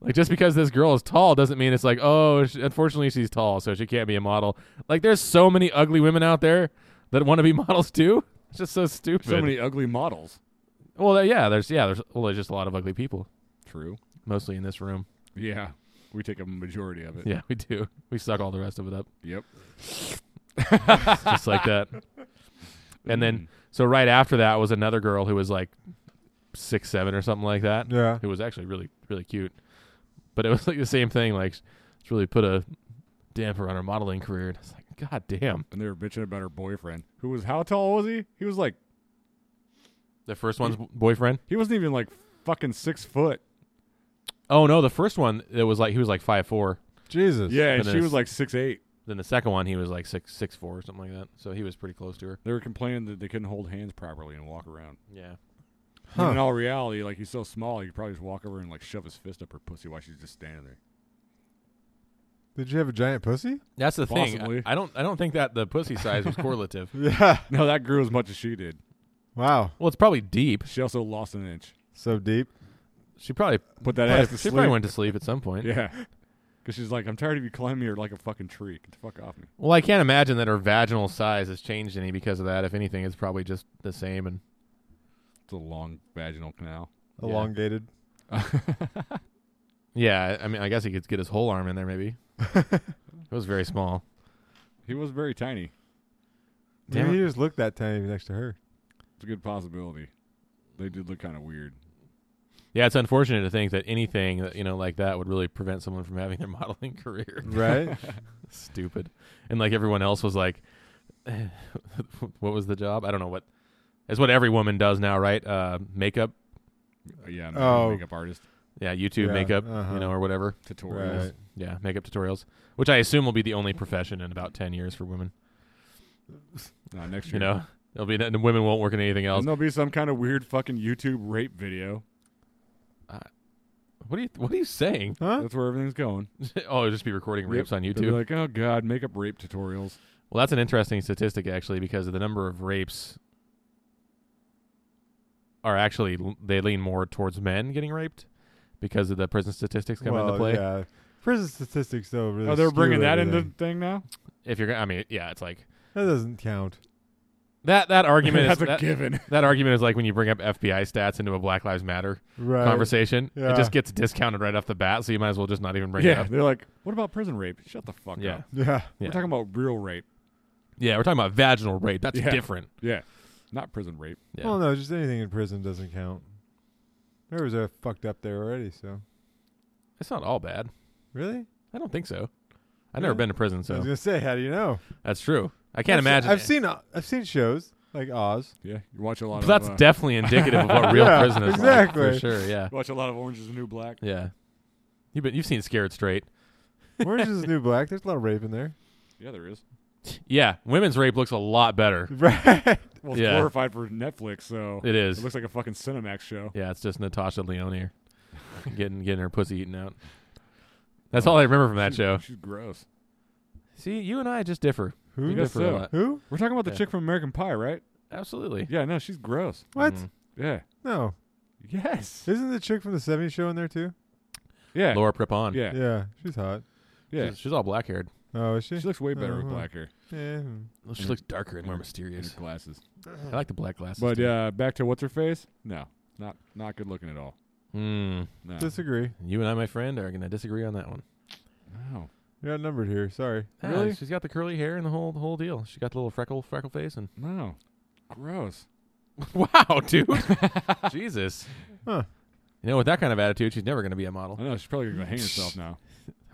Like just because this girl is tall doesn't mean it's like, oh, sh unfortunately she's tall, so she can't be a model. Like there's so many ugly women out there that want to be models too. It's just so stupid.
So many ugly models.
Well, yeah, there's yeah, there's well, there's just a lot of ugly people,
True.
mostly in this room.
Yeah. We take a majority of it.
Yeah, we do. We suck all the rest of it up,
Yep.
just like that. And
Mm.
then so right after that was another girl who was like six seven or something like that,
Yeah.
who was actually really really cute. But it was like the same thing. Like, it's really put a damper on her modeling career. And it's like, god damn.
and they were bitching about her boyfriend, who was how tall was he? He was like
The first one's boyfriend.
he wasn't even like fucking six foot.
Oh no, the first one it was like he was like five four.
Jesus.
Yeah, and
But
she
it's-
was like six eight.
Then the second one he was like six six four or something like that. So he was pretty close to her.
They were complaining that they couldn't hold hands properly and walk around.
Yeah.
When
Huh.
in all reality, like he's so small, he could probably just walk over and like shove his fist up her pussy while she's just standing there.
Did you have a giant pussy?
That's the
Possibly.
thing. I, I don't I don't think that the pussy size was correlative.
Yeah.
No, that grew as much as she did.
Wow.
Well, it's probably deep.
She also lost an inch.
So deep.
She probably
Put that ass to
she
sleep.
probably went to sleep at some point.
Yeah. Because she's like, I'm tired of you climbing here like a fucking tree. Get the fuck off me.
Well, I can't imagine that her vaginal size has changed any because of that. If anything, it's probably just the same. And
It's a long vaginal canal.
Yeah.
Elongated.
yeah, I mean, I guess he could get his whole arm in there. Maybe it was very small.
he was very tiny.
Damn
Maybe
it.
he just looked that tiny next to her.
It's a good possibility. They did look kind of weird.
Yeah, it's unfortunate to think that anything that you know like that would really prevent someone from having their modeling career.
Right?
Stupid. And like everyone else was like, what was the job? I don't know what. It's what every woman does now, right? Uh, makeup.
Uh, Yeah, I'm
Oh.
a makeup artist.
Yeah, YouTube
Yeah,
makeup,
uh-huh.
you know, or whatever.
Tutorials.
right.
Yeah, makeup tutorials, which I assume will be the only profession in about ten years for women.
Nah, uh, next year.
You know, it'll be the women won't work in anything else.
And there'll be some kind of weird fucking YouTube rape video.
What are you What are you saying?
Huh?
That's where everything's going.
oh, it'll just be recording rapes on
They'll be
YouTube.
like, oh god, makeup rape tutorials.
well, that's an interesting statistic actually, because of the number of rapes are actually they lean more towards men getting raped because of the prison statistics come
well,
into play.
Yeah. Prison statistics though really.
oh, they're
skew
bringing that into
everything.
the thing now.
If you're, gonna I mean, yeah, it's like
That doesn't count.
that. That argument is
That's a
that,
given.
that argument is like when you bring up FBI stats into a Black Lives Matter
Right.
conversation.
Yeah.
It just gets discounted right off the bat, so you might as well just not even bring
yeah,
it up.
they're like, what about prison rape? Shut the fuck
Yeah.
up.
Yeah.
Yeah.
We're talking about real rape.
Yeah, we're talking about vaginal rape. That's
Yeah.
different.
Yeah, not prison rape.
Yeah.
Well, no, just anything in prison doesn't count. There was a fucked up there already. So
It's not all bad.
really,
I don't think so. I've
Yeah.
never been to prison,
I
so
was gonna say, how do you know?
that's true. I can't
I've se-
imagine.
I've seen uh, I've seen shows like Oz.
Yeah, you watch a lot
But
of.
that's
uh,
definitely indicative of what real
Yeah,
prison is like,
exactly.
for sure. Yeah,
watch a lot of Orange Is the New Black.
yeah. You've been, you've seen Scared Straight.
Orange is the New Black. There's a lot of rape in there.
Yeah, there is.
Yeah, women's rape looks a lot better.
Right.
Well, it's
Yeah.
glorified for Netflix, so
It
it
is.
looks like a fucking Cinemax show.
yeah, it's just Natasha Leone getting getting her pussy eaten out. That's all I remember from that
She's-
show.
She's gross.
See, you and I just differ.
I
We
Who?
guess
differ a
so.
lot.
Who?
We're talking about the
Yeah.
chick from American Pie, right?
Absolutely.
Yeah, no, she's gross.
What?
Mhm.
Yeah.
No.
Yes.
Isn't the chick from the '70s show in there too?
Yeah.
Laura Prepon.
Yeah.
Yeah,
Yeah.
she's hot.
She's, she's all black haired.
Oh, is she?
She looks way better with
Uh-huh.
black hair
yeah. hmm.
She
And-
looks darker and more
and-
mysterious.
and glasses.
I like the black glasses.
But uh, back to what's her face? No, not not good looking at all.
mm,
No.
Disagree.
you and I, my friend, are going to disagree on that one.
no.
You're outnumbered here. Sorry.
Yeah,
Really?
she's got the curly hair and the whole the whole deal. She got the little freckle freckle face and
No. Gross.
wow, dude, Jesus.
Huh.
You know, with that kind of attitude, she's never going to be a model.
I know she's probably gonna hang herself now.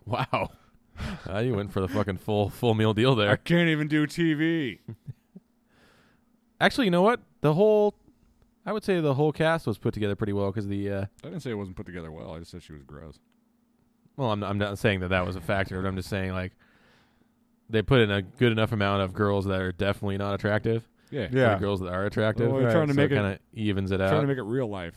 Wow, uh, you went for the fucking full full meal deal
I
there.
can't even do TV.
Actually, you know what? The whole, I would say the whole cast was put together pretty well because the. Uh,
I didn't say it wasn't put together well. I just said she was gross.
well, I'm I'm not saying that that was a factor, but I'm just saying like they put in a good enough amount of girls that are definitely not attractive.
Yeah. Uh,
for the
Yeah.
girls that are attractive.
Well, they're
Right,
trying to
so
make
it
it
kind of evens it
trying
out.
to make it real life.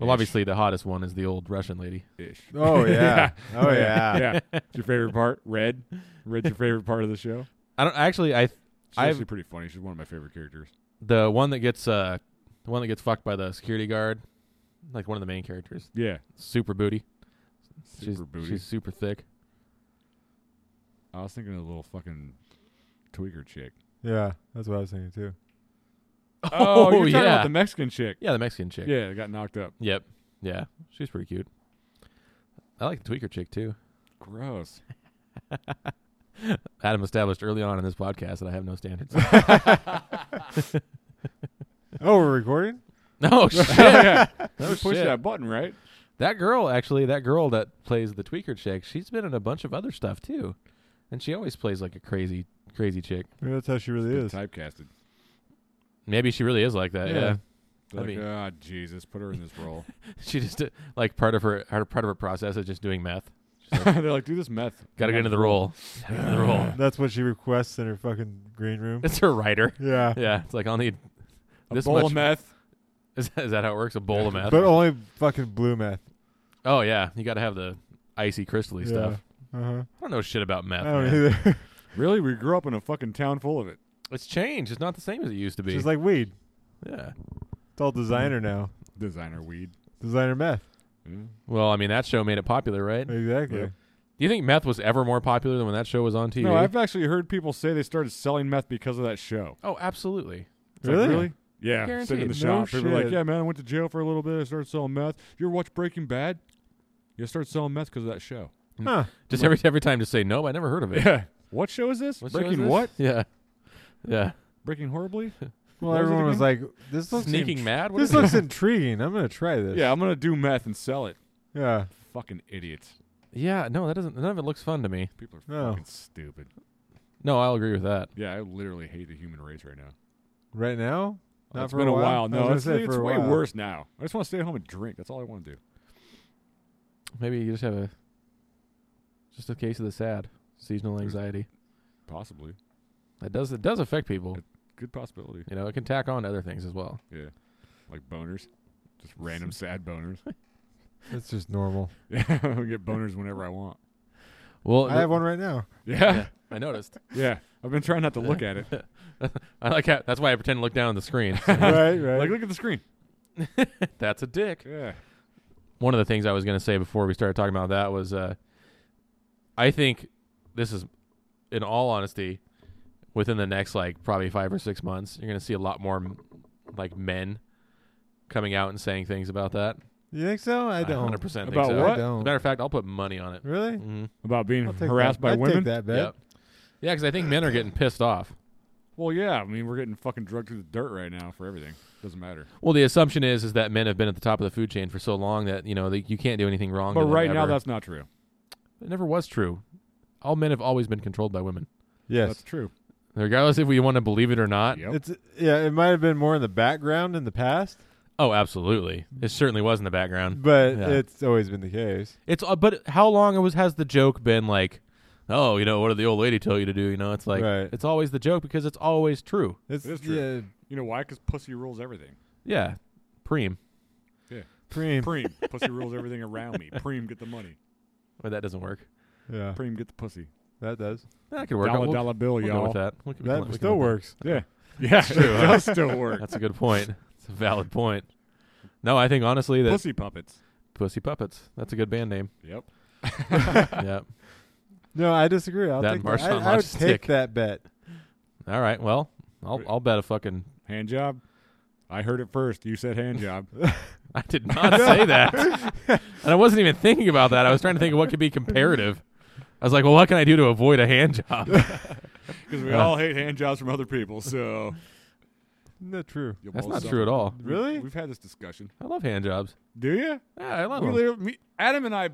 well, obviously, the hottest one is the old Russian lady.
Ish.
Oh yeah. Oh yeah.
yeah. It's your favorite part? Red. Red's your favorite part of the show.
I don't actually. I
She's
I've-
actually pretty funny. She's one of my favorite characters.
the one that gets uh the one that gets fucked by the security guard, like one of the main characters.
Yeah.
Super booty.
Super
she's,
booty.
She's super thick.
I was thinking of the little fucking tweaker chick.
Yeah. That's what I was thinking too.
Oh, you're talking
yeah,
about the Mexican chick.
yeah, the Mexican chick.
Yeah, that got knocked up.
Yep. Yeah, she's pretty cute. I like the tweaker chick too.
Gross.
Adam established early on in this podcast that I have no standards.
Oh, we're recording.
no shit.
yeah.
No
You pushed
shit.
that button, right?
That girl, actually, that girl that plays the tweaker chick, she's been in a bunch of other stuff too, and she always plays like a crazy, crazy chick.
Maybe that's how she really
Been
is.
Typecasted.
Maybe she really is like that.
Yeah.
Yeah,
They're
I
like,
mean-
ah, Jesus, put her in this role.
she just uh, like part of her her- part of her process is just doing meth.
They're like, do this meth.
Got to get into the role. Gotta get into the role.
That's what she requests in her fucking green room.
It's her writer.
Yeah,
Yeah, it's like I'll need
A
this
bowl
much.
of meth.
Is, that- is that how it works? A bowl of meth.
but oh. only fucking blue meth.
oh yeah, you got to have the icy crystally
Yeah.
stuff.
Uh huh.
I don't know shit about meth.
I don't
man.
either.
Really? We grew up in a fucking town full of it.
It's changed. It's not the same as it used to
It's
be.
just like weed.
yeah.
It's all
Mm.
designer now.
Designer weed.
Designer meth.
Yeah.
Well, I mean, that show made it popular, right?
Exactly.
Yep.
Do you think meth was ever more popular than when that show was on TV?
No, I've actually heard people say they started selling meth because of that show.
oh, absolutely.
It's like,
Really?
really? Yeah. Sitting in
Guaranteed.
the
No
shop. People are like,
shit.
yeah, man, I went to jail for a little bit. I started selling meth. You ever watch Breaking Bad? You started selling meth because of that show.
Huh.
Just every every time, just say no. I never heard of it.
Yeah. What show is this?
What show is
Breaking
this?
what?
Yeah, yeah.
Breaking horribly?
Well,
What was it
everyone was like, "This looks
Sneaking mad. What
this
is it?
looks intriguing. I'm gonna try this."
yeah, I'm gonna do meth and sell it.
Yeah.
Fucking idiots.
yeah. No, that doesn't. None of it looks fun to me.
People are
No.
fucking stupid.
No, I'll agree with that.
Yeah, I literally hate the human race right now.
Right now. Not
it's
for
been
a
a while.
while? I was
No,
gonna
it's,
say
it's
for a
way
while.
worse now. I just want to stay at home and drink. That's all I want to do.
Maybe you just have a just a case of the sad seasonal anxiety.
Possibly.
That does it does affect people.
Good possibility.
You know, it can tack on to other things as well.
Yeah. Like boners. Just random sad boners.
It's just normal.
Yeah, I get boners whenever I want.
Well,
I have one right now.
Yeah.
yeah, I noticed.
Yeah. I've been trying not to look at it.
I like how, that's why I pretend to look down at the screen.
right.
Like
Right.
look at the screen.
that's a dick.
Yeah.
one of the things I was going to say before we started talking about that was uh, I think this is, in all honesty, within the next like probably five or six months, you're going to see a lot more m- like men coming out and saying things about that.
You think so? I don't.
100% think
About
so.
what?
I
As a
don't.
matter of fact, I'll put money on it.
Really?
Mm-hmm.
About being
I'll take
harassed
that.
by
I'd
women.
Take that bet.
Yep. Yeah, because I think men are getting pissed off.
Well, yeah. I mean, we're getting fucking drugged through the dirt right now for everything. Doesn't matter.
Well, the assumption is is that men have been at the top of the food chain for so long that you know they, you can't do anything wrong.
But
to them
right now,
ever.
that's not true.
it never was true. All men have always been controlled by women,
That's
Yes.
true.
regardless if we want to believe it or not.
Yep.
It's yeah. It might have been more in the background in the past,
Oh, absolutely. It certainly was in the background.
but
Yeah.
it's always been the case.
It's uh, but how long it was has the joke been like? Oh, you know what did the old lady tell you to do? You know, it's like
Right.
it's always the joke because it's always true.
It's
It is true.
yeah.
You know why? Because pussy rules everything.
Yeah, preem.
Preem.
Preem. pussy rules everything around me. Preem, get the money.
Well, that doesn't work.
Yeah.
Preem, get the pussy.
That does.
That could work.
dollar
we'll,
dollar bill,
we'll go
y'all.
with that. We can- we can- we
That
can
still
go with
works.
Yeah. Yeah,
It's true,
it
huh?
does still work.
that. That's a good point. It's a valid point. No, I think honestly that
Pussy puppets.
Pussy puppets. That's a good band name.
Yep.
yeah.
No, I disagree. I'll
That
take
Marshawn
that. I, I would
Lynch's
take
dick.
that bet.
All right. Well, I'll I'll bet a fucking.
Hand job. I heard it first. You said hand job.
I did not say that, and I wasn't even thinking about that. I was trying to think of what could be comparative. I was like, well, what can I do to avoid a hand job?
Because we
Yeah.
all hate hand jobs from other people, so
No, true.
you'll
That's
both
not
suck.
true at all.
We-
Really?
We've had this discussion.
I love hand jobs.
Do you?
Yeah, I love
We
them.
literally, me, Adam and I.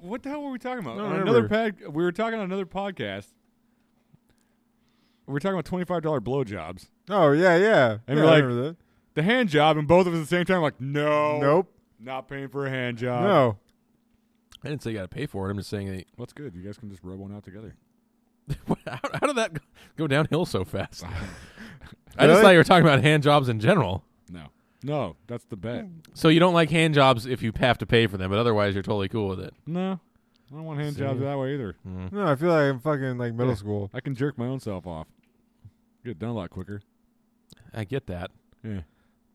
What the hell were we talking about?
I don't
On another pod, we were talking on another podcast. We were talking about twenty-five dollar blowjobs.
Oh yeah, yeah.
And we're
Yeah, I
like-
remember
The hand job, and both of us at the same time, like, no,
that. nope,
not paying for a hand job.
no.
I didn't say you got to pay for it. I'm just saying that.
What's good? You guys can just rub one out together.
how, how did that go downhill so fast? I just
Really?
thought you were talking about hand jobs in general.
No, no, that's the bet.
So you don't like hand jobs if you have to pay for them, but otherwise you're totally cool with it.
No, I don't want hand
See?
jobs that way either.
No, I feel like I'm fucking like middle
Yeah.
school.
I can jerk my own self off. Get it done a lot quicker.
I get that,
Yeah.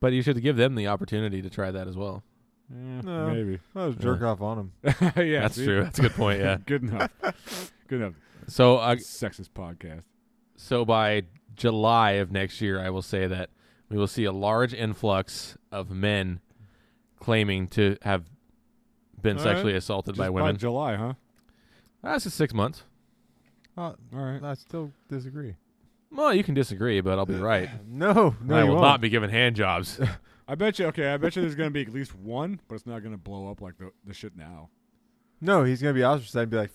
but you should give them the opportunity to try that as well.
Eh,
No.
Maybe.
I was jerk off on him.
yeah,
That's
see?
true. That's a good point. Yeah.
Good enough. Good enough.
so uh, I,
Sexist podcast.
so by July of next year, I will say that we will see a large influx of men claiming to have been
All right.
sexually assaulted
Just
by women.
July, huh?
That's just six months.
Uh,
All right.
I still disagree.
Well, you can disagree, but I'll be right.
No, no,
I
you
will
won't.
not be giving hand jobs.
I bet you. Okay, I bet you there's gonna be at least one, but it's not gonna blow up like the the shit now.
No, he's gonna be ostracized and be like,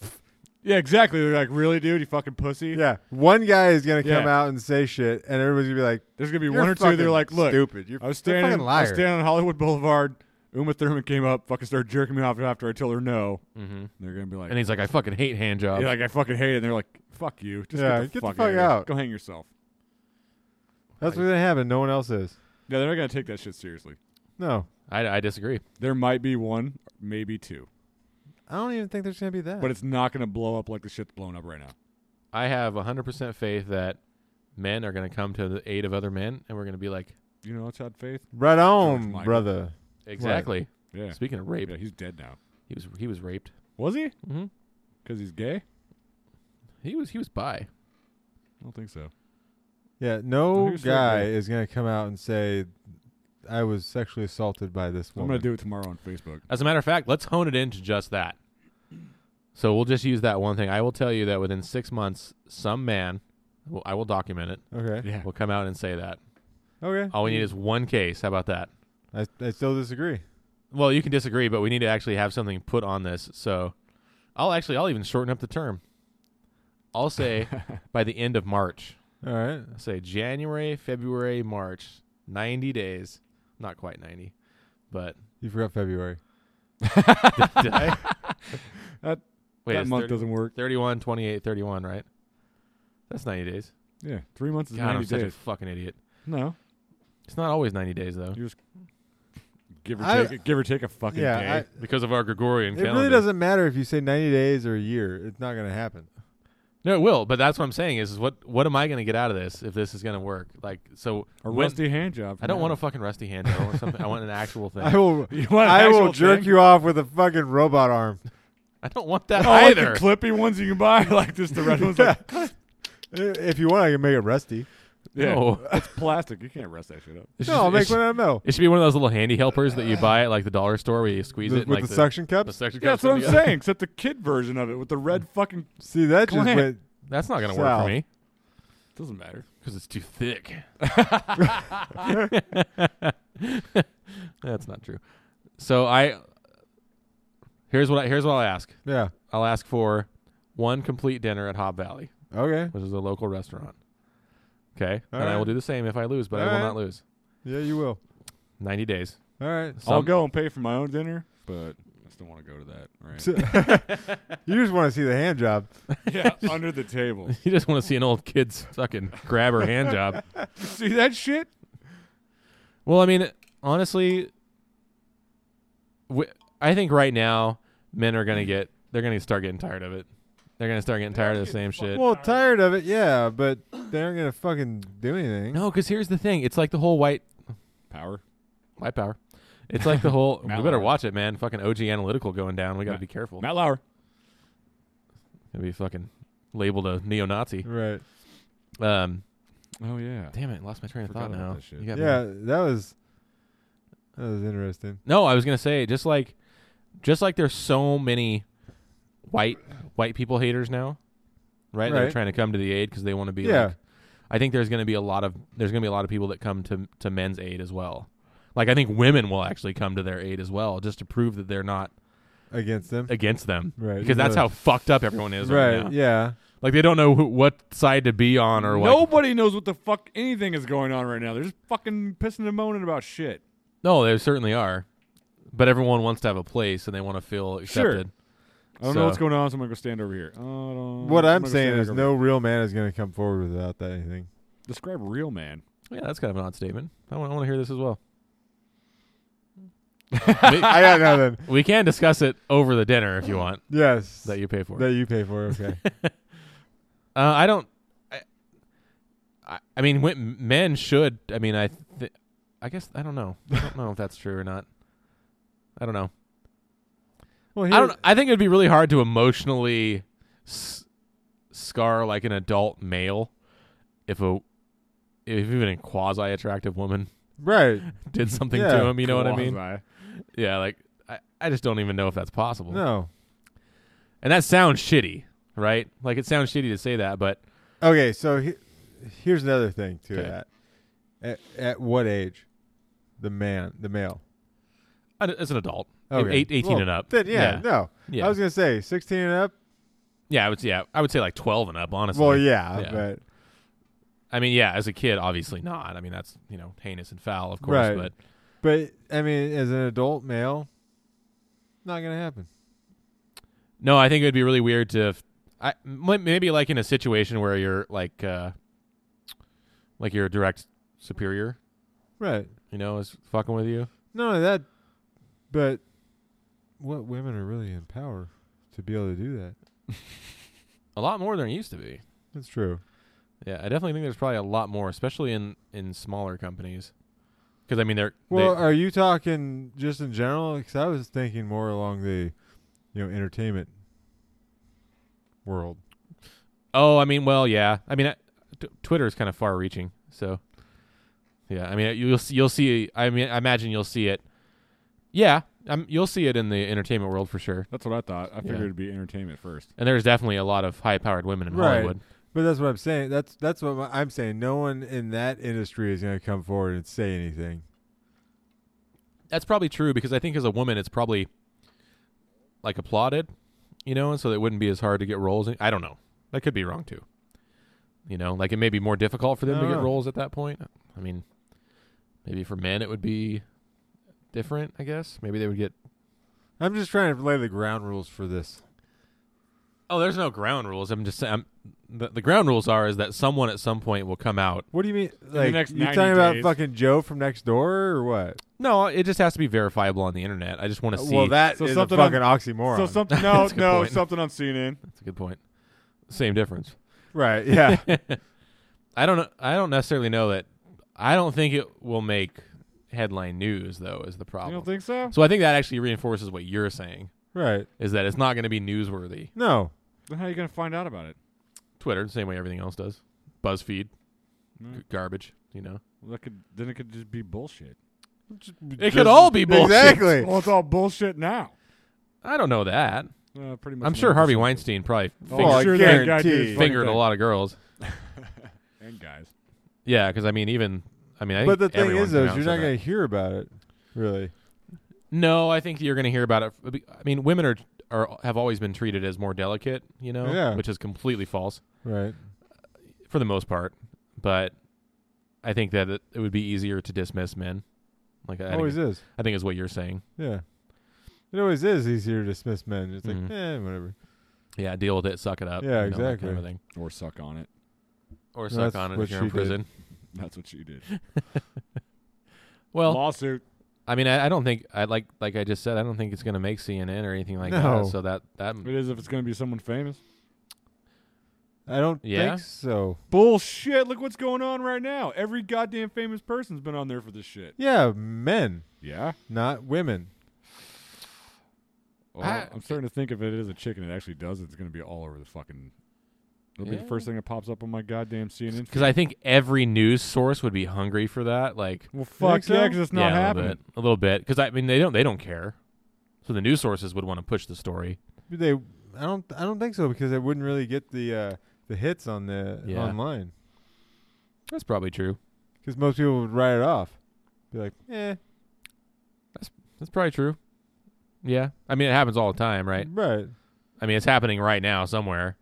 Yeah, exactly. They're like, really, dude, you fucking pussy.
yeah. One guy is gonna come
Yeah.
out and say shit, and everybody's gonna be like,
There's gonna be
"You're
one or two. They're
fucking
like, look, uh,
stupid. You're
I was
you're a
standing,
fucking
I
liar.
was standing on Hollywood Boulevard. Uma Thurman came up, fucking started jerking me off after I told her no.
hmm
And they're gonna be like,
And he's like, I fucking hate hand jobs.
yeah, like I fucking hate it. And they're like, fuck you. Just
Yeah,
get the fuck,
out.
outta here. Go hang yourself.
That's what's gonna happen. No one else is.
Yeah, they're not gonna take that shit seriously.
No,
I, I disagree.
There might be one, maybe two,
I don't even think there's gonna be that.
but it's not gonna blow up like the shit's blown up right now.
I have 100% faith that men are going to come to the aid of other men, and we're going to be like,
You know, it's had faith.
right on,
Michael.
brother.
exactly.
Yeah.
Speaking of rape,
Yeah, he's Mm-hmm. dead now.
he was he was raped.
Was he?
hmm
Because he's gay?
He was he was bi.
I don't think so.
Yeah, no
Who's that
guy
dude?
is gonna come out and say, I was sexually assaulted by this
I'm
woman.
gonna do it tomorrow on Facebook.
As a matter of fact, let's hone it into just that. So we'll just use that one thing. I will tell you that within six months, some man, well, I will document it,
Okay.
Yeah.
will come out and say that.
Okay.
All we need is one case. How about that?
I, I still disagree.
Well, you can disagree, but we need to actually have something put on this. So I'll actually, I'll even shorten up the term. I'll say by the end of March.
All right.
I'll say January, February, March, 90 days. Not quite 90, but
You forgot February.
did I?
That-
Wait,
that
it's
month
30
doesn't work.
31, 28, 31, right? That's 90 days.
Yeah, three months is
God, I'm
90
such a
days.
fucking idiot.
no,
It's not always 90 days, though,
you just give or
I-
take, give or take a fucking
yeah.
day.
I,
because of our Gregorian
it
calendar.
really doesn't matter if you say 90 days or a year. It's not gonna happen.
No, it will, but that's what I'm saying is what what am I going to get out of this if this is going to work? Like, so
a
when-
rusty hand job.
I don't want a fucking rusty hand. I want something. I want an actual thing.
I will.
You want an
I will
actual
jerk
thing?
you off with a fucking robot arm.
I don't want that
Oh, like the
either.
clippy ones you can buy, like just the red ones. Like,
If you want, I can make it rusty.
yeah,
No.
it's plastic. You can't rust that shit up.
It's
no,
just-
I'll make
it's-
one out of metal.
It should be one of those little handy helpers that you buy at like the dollar store where you squeeze
With-
it and,
with
like
the, suction
the
cups.
suction
Yeah,
cups
that's what I'm
come together.
saying. Except the kid version of it with the red fucking
See, that just
Clamp.
went.
That's not going to work
Sal.
for me
doesn't matter.
because it's too thick. that's not true. So I here's what I, here's what I'll ask.
Yeah.
I'll ask for one complete dinner at Hop Valley.
Okay.
which is a local restaurant. Okay,
All
and I will
right.
do the same if I lose, but I will
All right.
not lose.
Yeah, you will.
Ninety days.
All right.
I'll
Some-
go and pay for my own dinner, but I still want to go to that. Right?
So- you just want to see the hand job.
yeah, under the table.
You just want to see an old kid's fucking grab her hand job.
See that shit?
Well, I mean, honestly, wi- I think right now men are gonna get they're gonna start getting tired of it. They're gonna start getting tired of the same shit.
Well, tired of it, yeah, but they aren't gonna fucking do anything.
No, because here's the thing: it's like the whole white
Power.
white power. It's like the whole. we
Matt
better
Lauer.
watch it, man. Fucking OG analytical going down. We got to
Matt-
be careful.
Matt Lauer.
Gonna be fucking labeled a neo-Nazi.
Right?
Um,
Oh yeah.
Damn it, lost my train of
Forgot
thought
about
now.
that shit.
You got me.
yeah, that was that was interesting.
No, I was gonna say just like, just like there's so many white white people haters now, right? They're
Right.
trying to come to the aid because they want to be.
Yeah.
Like, I think there's gonna be a lot of there's gonna be a lot of people that come to to men's aid as well. Like I think women will actually come to their aid as well, just to prove that they're not
Against them,
against them,
right?
because that's
no.
how fucked up everyone is right,
Right?
now.
yeah.
Like they don't know who, what side to be on or what.
Nobody knows what the fuck anything is going on right now. They're just fucking pissing and moaning about shit.
No, they certainly are, but everyone wants to have a place and they want to feel accepted.
I don't
So-
know what's going on, so I'm gonna go stand over here. I don't-
What I'm
gonna
saying
stand
is,
over
no
here.
real man is gonna come forward without that anything.
Describe real man.
Yeah, that's kind of an odd statement. I want, I want to hear this as well.
I got nothing.
We can discuss it over the dinner if you want
Yes,
that you pay for. Uh,
that you pay for. Okay.
I don't. I, I- I mean, wi- men should. I mean, I. Th- I guess I don't know. I don't know if that's true or not. I don't know.
well,
I don't. I think it'd be really hard to emotionally s- scar like an adult male if a if even a quasi attractive woman
Right.
did something to
Yeah,
him, you know what I mean?
Quasi.
Yeah, like I, I just don't even know if that's possible.
No.
And that sounds shitty, right? Like it sounds shitty to say that, but
Okay, so he, here's another thing to
Okay.
that. At, at what age? The man, the male.
uh, it's an adult,
Okay.
Eight- 18
Oh, Well,
and up.
Then, yeah,
yeah,
no.
yeah.
I was going to say 16 and up.
yeah, I would yeah, I would say like twelve and up, honestly.
well, yeah,
yeah.
but
I mean, yeah, as a kid, obviously not. I mean, that's you know heinous and foul, of course,
Right.
but
but I mean as an adult male not going to happen.
No, I think it would be really weird to, f- I m- maybe like in a situation where you're like, uh, like your direct superior,
Right.
you know, is fucking with you.
None of that but what women are really in power to be able to do that.
A lot more than it used to be.
That's true.
Yeah, I definitely think there's probably a lot more, especially in in smaller companies, because I mean they're
Well, uh,
they,
are you talking just in general? Because I was thinking more along the, you know, entertainment world.
oh, I mean, well, yeah, I mean, I, t- Twitter is kind of far-reaching, so yeah, I mean, uh, you'll see- you'll see. I mean, I imagine you'll see it. Yeah, i you'll see it in the entertainment world for sure,
That's what I thought. I figured
Yeah.
it'd be entertainment first.
and there's definitely a lot of high-powered women in
Right.
Hollywood.
But that's what I'm saying. That's that's what my- I'm saying. No one in that industry is going to come forward and say anything.
that's probably true because I think as a woman, it's probably like applauded, you know, and so it wouldn't be as hard to get roles. I don't know. That could be wrong too. You know, like it may be more difficult for them
I
to
don't
get
know.
roles at that point. I mean, maybe for men it would be different. I guess maybe they would get.
I'm just trying to lay the ground rules for this.
Oh, there's no ground rules. I'm just saying. I'm, the, the ground rules are is that someone at some point will come out.
What do you mean? Like
next
you
90
talking about
days.
fucking Joe from next door or what?
No, it just has to be verifiable on the internet. I just want to see.
well, that is
So
a
something on-
fucking oxymoron.
So something no
That's a good
no
point.
something on CNN.
that's a good point. Same difference.
right? Yeah.
I don't know. I don't necessarily know that. I don't think it will make headline news though. Is the
You
problem?
don't think so?
so I think that actually reinforces what you're saying
right.
is that it's not going to be newsworthy.
No.
Then how are you gonna find out about it?
Twitter, the same way everything else does. BuzzFeed,
Hmm.
Mm-hmm.
g- garbage. You know,
Well, that could then it could just be bullshit.
it could all be bullshit.
Exactly.
Well, it's all bullshit now.
I don't know that.
Uh, pretty much.
I'm sure Harvey
90%.
Weinstein probably
Oh,
fingered,
I'm
Well,
sure that guy did
guaranteed.
his
fingered
fucking
a lot of girls.
thing. and guys.
Yeah, because I mean, even I mean, I
But the
think
thing
everyone
is, though, is
pronounced
you're not
that.
going to hear about it, really.
No, I think you're going to hear about it. I mean, women are are have always been treated as more delicate, you know,
Yeah.
which is completely false
Right.
for the most part. But I think that it, it would be easier to dismiss men. Like I,
Always
think,
Oh, is.
I think is what you're saying.
Yeah. It always is easier to dismiss men. It's like,
Mhm.
eh, whatever.
Yeah, deal with it, suck it up.
Yeah,
you know, that
exactly.
Kind of thing.
Or suck on it.
Or
Well,
suck
that's
on it
what
if you're in
she did.
prison.
That's what you did.
Well,
Lawsuit.
I mean, I, I don't think I like like I just said. I don't think it's going to make CNN or anything like
No.
that. So that that
It is if it's gonna be someone famous.
I don't
Yeah?
think so.
Bullshit! Look what's going on right now. Every goddamn famous person's been on there for this shit.
Yeah, men,
Yeah.
not women.
Well,
I-
I'm starting to think if it is a chicken, it actually does. It's going to be all over the fucking. It'll be
Yeah.
the first thing that pops up on my goddamn CNN.
because I think every news source would be hungry for that. Like
Well, fuck
so?
yeah, because it's not
yeah,
happening.
A little bit, because I mean they don't they don't care, so the news sources would want to push the story.
They, I don't, I don't think so because it wouldn't really get the uh, the hits on the
Yeah.
online
That's probably true.
because most people would write it off. Be like, eh,
That's probably true. Yeah, I mean it happens all the time, right?
right.
I mean it's happening right now somewhere,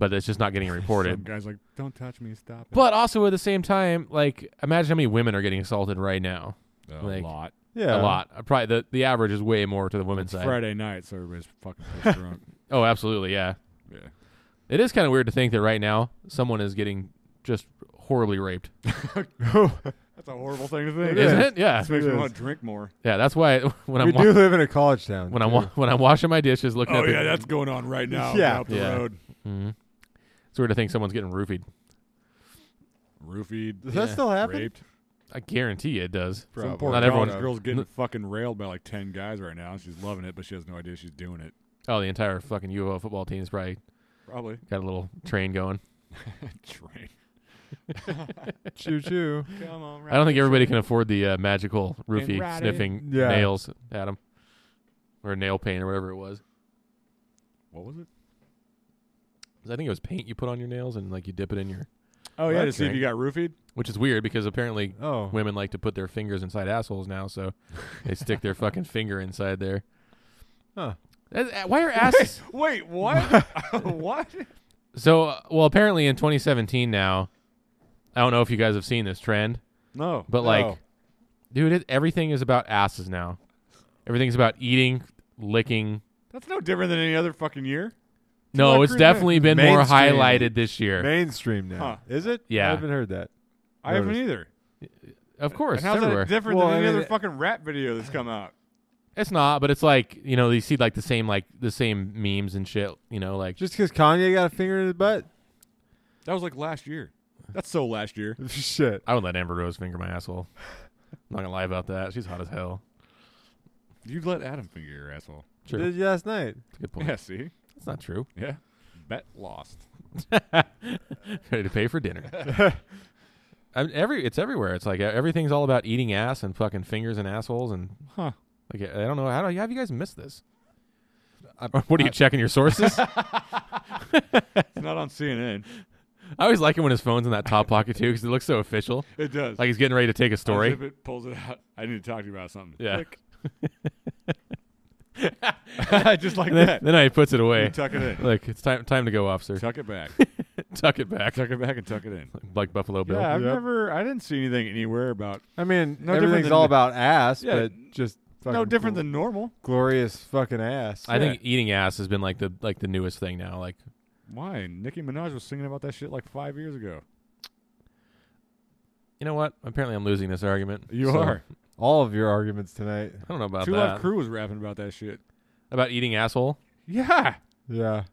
but it's just not getting
Some
reported.
guys like, don't touch me, stop. it."
but also at the same time, like imagine how many women are getting assaulted right now.
a
like,
lot.
Yeah,
A lot. Uh, Probably the the average is way more to the women's
It's
side.
Friday night, so everybody's fucking pissed drunk.
Oh, absolutely, yeah.
Yeah.
It is kind of weird to think that right now someone is getting just horribly raped,
That's a horrible thing to think.
It
isn't
is.
it? Yeah,
This makes me
is.
want to drink more.
yeah. That's why when
we
I'm
do
wa-
live in a college town.
when
too.
I'm wa- when I'm washing my dishes, looking
Oh
at
yeah,
the,
that's going on right now.
Yeah.
out the
Yeah.
road.
Mm-hmm. It's weird to think someone's getting roofied.
Roofied,
Does that
Yeah,
still happen?
raped.
I guarantee you it does.
Some poor
Not
college
everyone-
girl's getting fucking railed by like ten guys right now. and She's loving it, but she has no idea she's doing it.
Oh, the entire fucking U of O football team's probably
Probably
got a little train going.
train.
Choo choo.
Come on,
I don't think everybody can afford the uh, magical roofie
ride it.
sniffing
Yeah.
nails, Adam, or nail paint or whatever it was.
What was it?
'Cause I think it was paint you put on your nails and like you dip it in your,
Oh
Well,
yeah, to
that's
see if you got roofied.
which is weird because apparently
Oh.
women like to put their fingers inside assholes now, so they stick their fucking finger inside there.
Huh.
That's- uh, Why are asses?
Wait, what? what?
so uh, well, apparently in 2017 now, I don't know if you guys have seen this trend,
No.
but
No.
like, dude, it, everything is about asses now. Everything's about eating, licking.
That's no different than any other fucking year.
No,
like
it's
crude
definitely been more
Mainstream.
highlighted this year.
Mainstream now.
Huh.
Is it?
Yeah.
I haven't heard that.
I haven't
Notice.
either.
Of course,
and how's
everywhere.
that different
Well,
than
I
any
mean,
other
it-
fucking rap video that's come out?
it's not, but it's like you know you see like the same like the same memes and shit. You know, like
Just because Kanye got a finger in his butt?
That was like last year. That's so last year.
Shit.
I would let Amber Rose finger my asshole. I'm not gonna lie about that. She's hot as hell.
You let Adam finger your asshole.
True,
Did you last night?
That's a good point.
Yeah, see?
That's not true.
Yeah. Bet lost.
Ready to pay for dinner. I mean, every it's everywhere. It's like uh, everything's all about eating ass and fucking fingers and assholes and
Huh.
like I I don't know how do you, have you guys missed this?
Uh,
I-
what are you checking your
It's
sources?
not on CNN.
I always like it when his phone's in that top pocket too because it looks so official.
It does.
Like he's getting ready to take a story.
Unzip it, pulls it out. I need to talk to you about something.
Yeah.
Click. Just like
And then,
that.
then he puts it
You
away.
tuck it in.
Like it's time time to go, officer.
Tuck it back.
Tuck it back,
Tuck it back and tuck it in.
like Buffalo Bill.
Yeah, I've
Yep.
never. I didn't see anything anywhere about.
I mean,
No different
everything's
than-
all about ass,
Yeah.
but just fucking
no different
gl-
than normal.
glorious fucking ass.
I think eating ass has been like the like the newest thing now. Like
Why? Nicki Minaj was singing about that shit like five years ago.
you know what? Apparently, I'm losing this argument.
You
So,
are.
all of your arguments tonight.
I don't know about
Two
that.
Live Crew was rapping about that shit.
About eating asshole.
Yeah.
Yeah.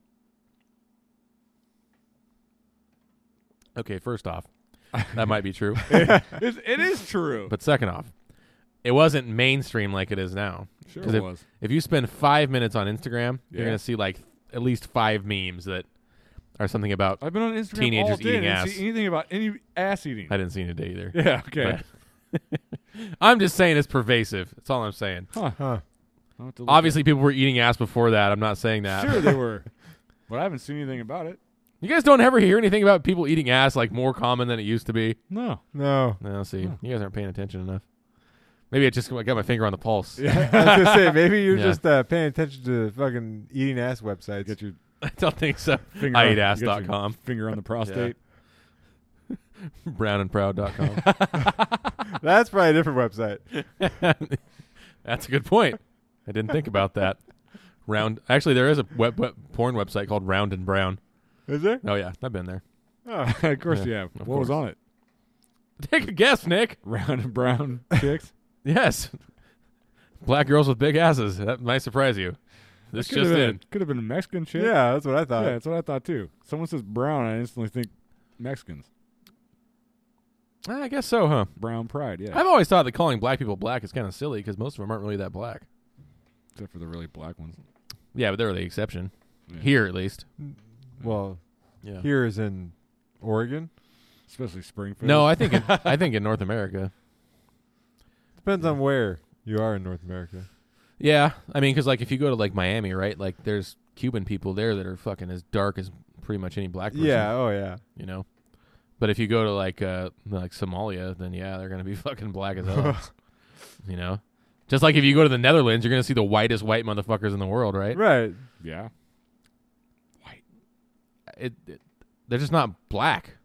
Okay, first off, that might be true.
It's, it is true.
But second off, it wasn't mainstream like it is now.
sure
'cause
it was.
If you spend five minutes on Instagram, you're
Yeah.
gonna see like at least five memes that are something about.
I've been on Instagram all day. and
Teenagers eating
I didn't
ass.
see anything about any ass eating.
I didn't see any today either.
yeah. Okay.
I'm just saying it's pervasive. That's all I'm saying.
Huh.
I'll have to look
Obviously, people were eating ass before that. I'm not saying
at
that.
it. Sure, they were. But I haven't seen anything about it.
You guys don't ever hear anything about people eating ass like more common than it used to be.
No.
No.
No, see, you guys aren't paying attention enough. Maybe I just I got my finger on the pulse.
I was gonna say maybe you're
Yeah.
just uh, paying attention to fucking eating ass websites.
Get your
I don't think so.
finger. on, get your
IeatAss.com,
Finger on the prostate.
brownandproud.com.
That's probably a different website.
That's a good point. I didn't think about that. Round. Actually, there is a web, web porn website called Round and Brown.
Is there?
Oh yeah, I've been there.
Oh.
of course
Yeah,
you have.
of
What was
course.
on it?
Take a guess, Nick.
Round and brown chicks.
Yes, black girls with big asses. That might surprise you. This
Could have
just
been,
in.
could have been a Mexican chick.
Yeah, that's what I
Yeah,
thought.
that's what I thought too. Someone says brown, I instantly think Mexicans.
Ah, I guess so, huh?
Brown pride, yeah.
I've always thought that calling black people black is kind of silly because most of them aren't really that black.
Except for the really black ones.
Yeah, but they're the exception.
Yeah.
Here, at least.
Well,
Yeah.
here is in Oregon.
Especially Springfield.
No, I think in, I think in North America.
Depends on where you are in North America.
Yeah, I mean, because like if you go to like Miami, right? Like there's Cuban people there that are fucking as dark as pretty much any black person.
Yeah. Oh yeah.
You know. But if you go to like uh like Somalia, then yeah, they're gonna be fucking black as hell. you know. Just like if you go to the Netherlands, you're gonna see the whitest white motherfuckers in the world, right?
Right.
Yeah.
It, it, they're just not black.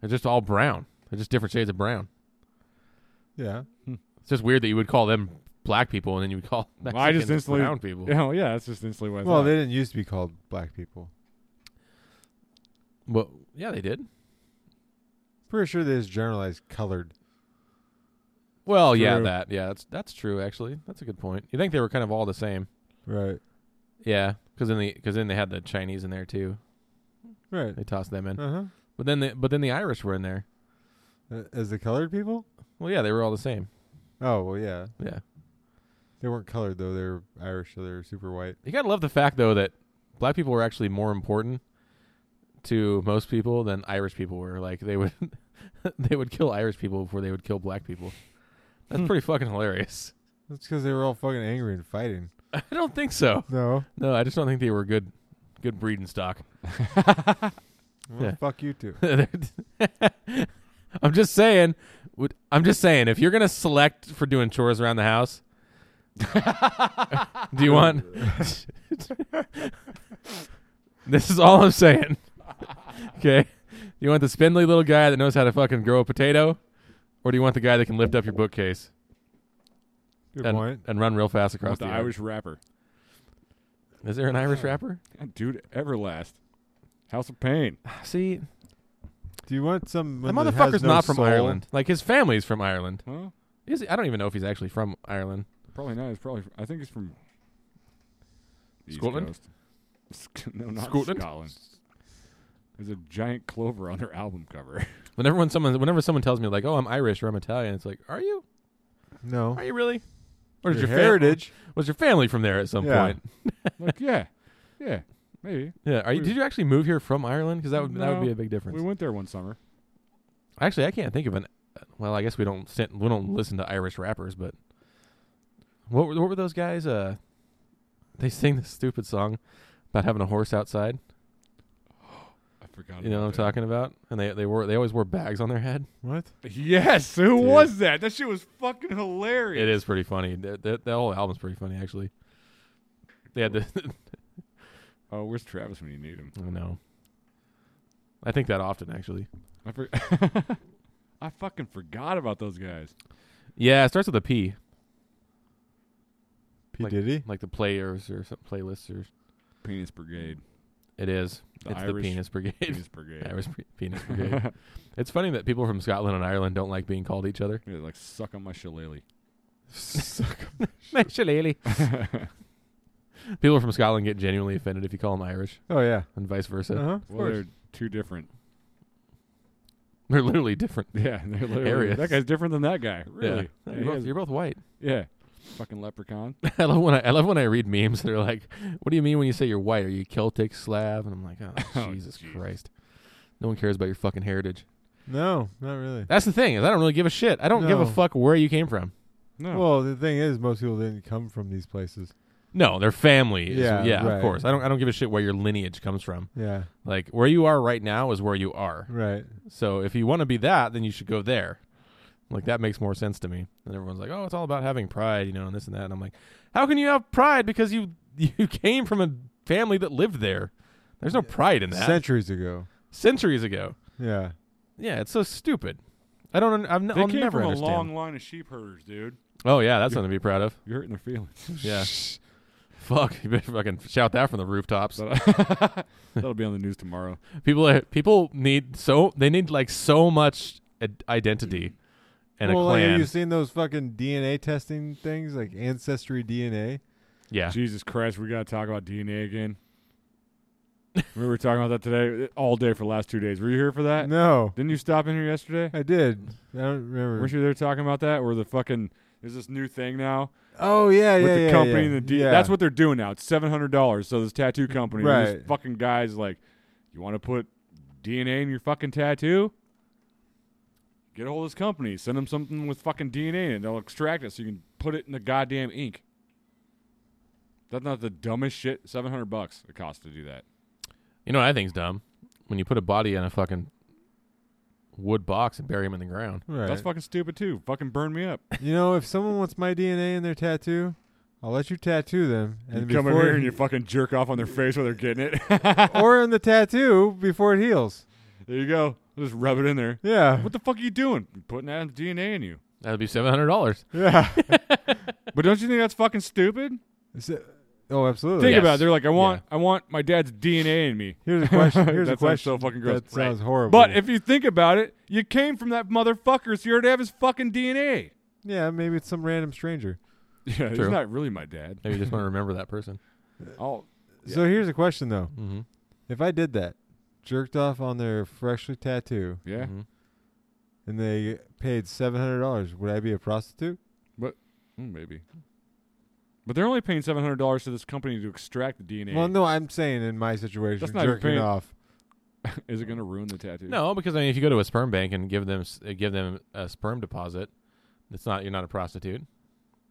They're just all brown. They're just different shades of brown.
Yeah.
It's just weird that you would call them black people and then you would call
Well,
Mexicans
I just instantly-
brown people.
Yeah, well, yeah, that's just instantly what I
Well,
thought.
they didn't used to be called black people.
Well, yeah, they did.
Pretty sure they just generalized colored.
Well, yeah,
True.
that yeah, that's that's true. Actually, that's a good point. You think they were kind of all the same?
Right.
Yeah, because then the because then they had the Chinese in there too.
Right.
They tossed them in,
Uh
but then the but then the Irish were in there.
huh. As the colored people?
Well, yeah, they were all the same.
Oh well, yeah.
Yeah,
They weren't colored though. They were Irish, so they were super white.
you gotta love the fact though that black people were actually more important to most people than Irish people were. Like they would they would kill Irish people before they would kill black people. That's pretty fucking hilarious.
That's because they were all fucking angry and fighting.
I don't think so.
No,
No, I just don't think they were good good breeding stock.
well,
Yeah.
fuck you two.
I'm just saying. would- I'm just saying. If you're gonna select for doing chores around the house, do you want? this is all I'm saying. Okay. You want the spindly little guy that knows how to fucking grow a potato, or do you want the guy that can lift up your bookcase
Good
and,
point.
and run real fast across
With
the,
the
yard?
Irish rapper.
Is there an Irish rapper?
God, dude, Everlast. House of Pain.
See,
Do you want some?
the
one that has
motherfucker's
no
not from
soul?
Ireland. Like his family's from Ireland.
Huh?
Is he? I don't even know if he's actually from Ireland.
Probably not. It's probably. I think it's from the East
Scotland?
Coast. Sc- No, not
Scotland?
Scotland. There's a giant clover on their album cover.
Whenever when someone whenever someone tells me like, "Oh, I'm Irish" or "I'm Italian," it's like, "Are you?
No,
Are you really?" Or is
Your
your, fam-
heritage.
was your family from there at some
Yeah.
point?
like, yeah, yeah, maybe.
Yeah. Are you,
We-
did you actually move here from Ireland? Because that would that would
No.
be a big
We
difference.
went there one summer.
actually, I can't think of an. Well, I guess we don't sit, we don't listen to Irish rappers, but what were, what were those guys? Uh, they sing this stupid song about having a horse outside.
I forgot.
You know what I'm talking about? And they they wore they always wore bags on their head.
What?
talking. Yes, who
Dude.
was that? That shit was fucking hilarious.
It is pretty funny. That, that, that whole album's pretty funny, actually. They had the
Oh, where's Travis when you need him?
I know. I think that often, actually.
I for- I fucking forgot about those guys.
Yeah, it starts with a P,
P
Like-
Diddy.
like the players or some playlists or.
Penis Brigade.
It is.
The
it's the
Irish
penis brigade.
Penis Brigade.
Irish Pe- penis brigade. it's funny that people from Scotland and Ireland don't like being called each other.
Yeah, like suck on my shillelagh.
Shillelagh. people from Scotland get genuinely offended if you call them Irish,
oh yeah.
and vice versa.
Uh
Uh-huh.
huh. Of
Well,
course.
they're two different.
They're literally different.
Yeah, they're literally
Areas.
that guy's different than that guy. Really?
Yeah.
Yeah,
You're,
he
both,
is-
you're both white.
yeah. fucking leprechaun.
I love when I, I love when I read memes that are like, "What do you mean when you say you're white? Are you Celtic, Slav?" And I'm like, "Oh,
Oh,
Jesus
Jesus.
Christ! No one cares about your fucking heritage."
No, not really.
That's the thing is, I don't really give a shit. I don't give a
No.
fuck where you came from.
No,
Well, the thing is, most people didn't come from these places.
No, their family. Is, yeah,
Yeah,
of
right.
course. I don't. I don't give a shit where your lineage comes from.
Yeah.
Like where you are right now is where you are.
Right.
So if you want to be that, then you should go there. Like that makes more sense to me. And everyone's like, "Oh, it's all about having pride, you know, and this and that." And I'm like, "How can you have pride because you you came from a family that lived there? There's no pride in that.
Centuries ago.
Centuries ago.
Yeah.
Yeah, it's so stupid. I don't. un- I've n-
they
I'll
came
never
from
understand.
a long line of sheep herders, dude.
oh yeah, that's something to be proud of.
You're hurting their feelings.
Yeah. Fuck, you better fucking shout that from the rooftops.
But- that'll be on the news tomorrow.
people are, people need so they need like so much ad- identity and
well,
a
like,
clan.
have you seen those fucking DNA testing things, like ancestry DNA?
yeah.
Jesus Christ, we gotta talk about DNA again. we were talking about that today all day for the last two days. Were you here for that?
No,
Didn't you stop in here yesterday?
I did. I don't remember.
Weren't you there talking about that? Or the fucking there's this new thing now
oh yeah,
with
yeah,
the
yeah,
company
yeah.
and the D-
yeah.
that's what they're doing now. It's seven hundred dollars. So this tattoo company, this
Right.
fucking guy's like, you want to put DNA in your fucking tattoo? Get a hold of this company. Send them something with fucking DNA, in it, and they'll extract it so you can put it in the goddamn ink. That's not the dumbest shit. Seven hundred bucks it costs to do that.
You know what I think's dumb? When you put a body in a fucking wood box and bury him in the ground.
Right.
That's fucking stupid too. Fucking burn me up.
you know, if someone wants my DNA in their tattoo, I'll let you tattoo them.
And
And
you come over
before
here
it-
and you fucking jerk off on their face while they're getting it.
or in the tattoo before it heals.
there you go. Just rub it in there.
Yeah.
What the fuck are you doing? You're putting Adam's DNA in you.
That'd be seven hundred dollars.
Yeah.
But don't you think that's fucking stupid?
So- oh, absolutely.
Think
Yes.
about it. They're like, I want, I want my dad's DNA in me.
Here's a question. Here's
that
a question. uh,
Sounds so fucking gross.
That sounds horrible.
But if you think about it, you came from that motherfucker, so you already have his fucking DNA.
yeah, maybe it's some random stranger.
Yeah, he's
True.
not really my dad.
Maybe you just want to remember that person.
I'll,
So here's a question though:
Mm-hmm.
If I did that, jerked off on their freshly tattoo,
yeah.
Mm-hmm.
and they paid seven hundred dollars, would I be a prostitute?
Mm, maybe. But they're only paying seven hundred dollars to this company to extract the DNA.
Well, no, I'm saying in my situation,
That's not even
jerking
paying-
off.
Is it going to ruin the tattoo?
No, because I mean, if you go to a sperm bank and give them s- uh, give them a sperm deposit, it's not you're not a prostitute.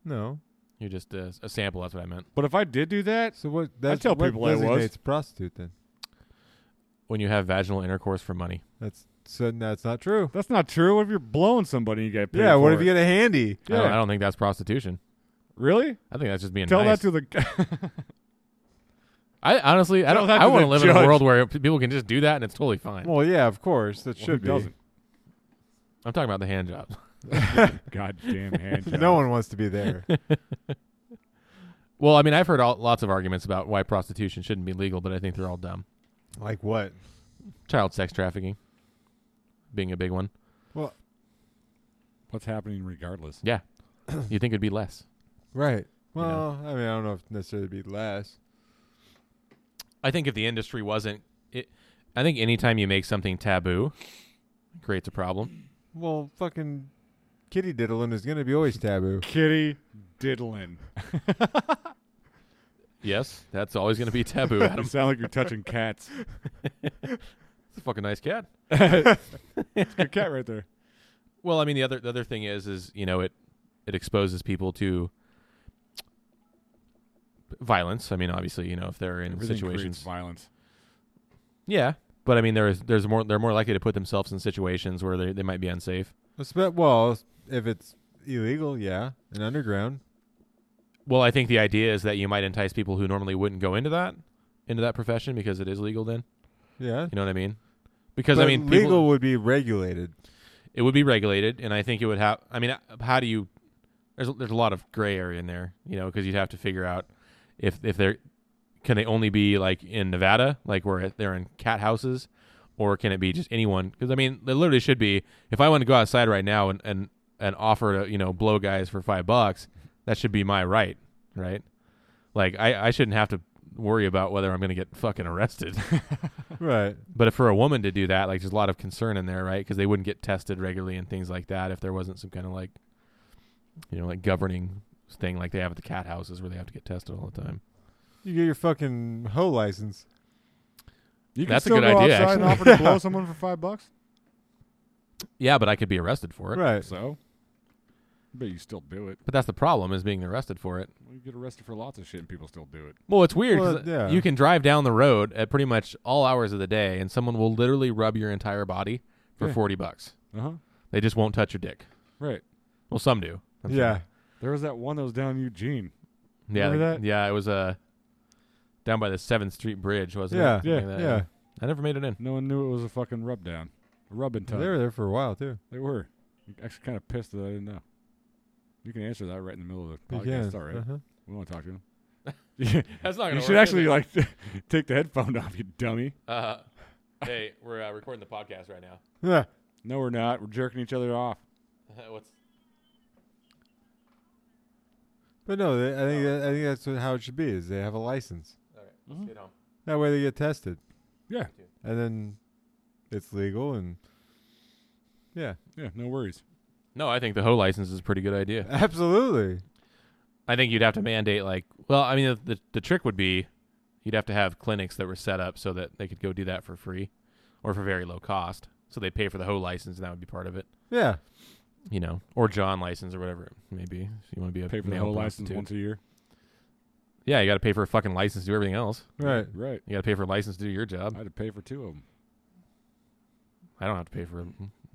No.
You're just a, a sample. That's what I meant.
But if I did do that,
So what? That's
tell
what
people I was.
designates prostitute then.
When you have vaginal intercourse for money,
That's so that's not true.
that's not true. What if you're blowing somebody and you get paid?
Yeah. What
for
if you
it?
get a handy?
I, don't,
Yeah.
I don't think that's prostitution.
Really?
I think that's just being
Tell
nice.
that to the.
I honestly, I
tell
don't.
that
I
to
want to
the
live in a
judge.
world where p- people can just do that and it's totally fine.
Well, yeah, of course that should
Who doesn't.
I'm talking about the hand jobs.
Goddamn hand.
be. No
job.
one wants to be there.
Well, I mean, I've heard all, lots of arguments about why prostitution shouldn't be legal, but I think they're all dumb.
like what?
Child sex trafficking being a big one.
What's happening regardless?
Yeah, you think it'd be less?
Right. Well, I mean, I don't know if necessarily be less.
I think if the industry wasn't, it, I think anytime you make something taboo, it creates a problem.
Well, fucking kitty diddling is gonna be always taboo.
Kitty diddling.
Yes, that's always going to be taboo.
You
Adam,
sound like you're touching cats.
it's a fucking nice cat.
It's a good cat right there.
Well, I mean, the other the other thing is, is you know, it it exposes people to violence. I mean, obviously, you know, if they're in
Everything creates
situations,
violence.
yeah. But I mean, there's there's more they're more likely to put themselves in situations where they they might be unsafe.
Espe- Well, if it's illegal, yeah, and underground.
Well, I think the idea is that you might entice people who normally wouldn't go into that into that profession because it is legal. Then
Yeah.
you know what I mean? Because I
But
mean,
legal
people,
would be regulated.
it would be regulated, and I think it would have. I mean, uh, how do you? There's there's a lot of gray area in there, you know, because you'd have to figure out if if they're can they only be like in Nevada, like where it- they're in cat houses, or can it be just anyone? Because I mean, it literally should be. If I want to go outside right now and and and offer to you know blow guys for five bucks, that should be my right, right? Like I I shouldn't have to worry about whether I'm going to get fucking arrested.
right.
But if for a woman to do that, like there's a lot of concern in there, right? Because they wouldn't get tested regularly and things like that if there wasn't some kind of like, you know, like governing thing like they have at the cat houses where they have to get tested all the time.
You get your fucking hoe license.
You can
That's a
still
good
go
idea,
outside and offer to blow someone for five bucks.
Yeah, but I could be arrested for it.
Right.
So, but you still do it.
But that's the problem is being arrested for it.
Well, you get arrested for lots of shit, and people still do it.
Well, it's weird.
Well,
'cause
yeah.
You can drive down the road at pretty much all hours of the day, and someone will literally rub your entire body for
Yeah.
forty bucks.
Uh huh.
They just won't touch your dick.
Right.
Well, some do. I'm sure.
yeah.
There was that one that was down in Eugene.
Yeah.
Remember
like-
that?
Yeah. It was uh, down by the Seventh Street Bridge, wasn't
Yeah.
it?
Yeah,
Something like that,
Yeah.
I never made it in.
No one knew it was a fucking rub down, a rubbing tub.
They were there for a while too.
They were. I'm actually kind of pissed that I didn't know. You can answer that right in the middle of the
You
podcast.
can.
It's all right.
Uh-huh.
We want to talk to him. you
That's not
should actually like take the headphone off, you dummy.
Uh, hey, we're uh, recording the podcast right now.
Yeah.
No, we're not. We're jerking each other off.
What's?
But no, they, I think that, I think that's what, how it should be. Is they have a license.
All right,
let's Mhm.
get home.
That way they get tested,
Yeah.
and then it's legal. And yeah,
Yeah. No worries.
No, I think the hoe license is a pretty good idea.
absolutely.
I think you'd have to mandate like, well, I mean, the the trick would be, you'd have to have clinics that were set up so that they could go do that for free, or for very low cost. So they pay for the hoe license, and that would be part of it,
Yeah.
you know, or John license or whatever it may be. If you want to be a
Pay for the
male
whole license
prostitute.
once a year.
Yeah, you got to pay for a fucking license to do everything else.
Right.
Right.
You got to pay for a license to do your
I
job.
had to pay for two of them.
I don't have to pay for a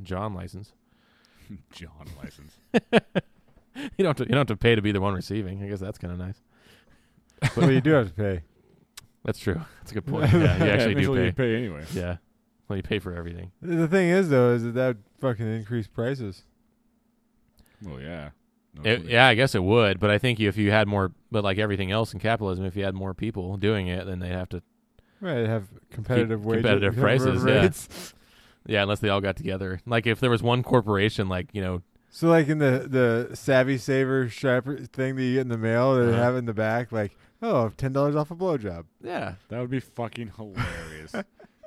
John license.
John license.
You don't have to, you don't have to pay to be the one receiving. I guess that's kind of nice.
well, you do have to pay.
That's true. That's a good point. Yeah, you actually do
eventually
pay.
you pay anyway.
Yeah. Well, you pay for everything.
The thing is, though, is that that would fucking increase prices.
Well, yeah. No
It-
clue.
yeah, I guess it would, but I think if you had more, but like everything else in capitalism, if you had more people doing it, then they'd have to.
Right. They have competitive wages.
competitive prices, yeah.
rates.
Yeah, unless they all got together. Like if there was one corporation, like you know,
So like in the the savvy saver strapper thing that you get in the mail, they
Uh-huh.
have in the back like, oh, ten dollars off a blowjob.
yeah,
That would be fucking hilarious.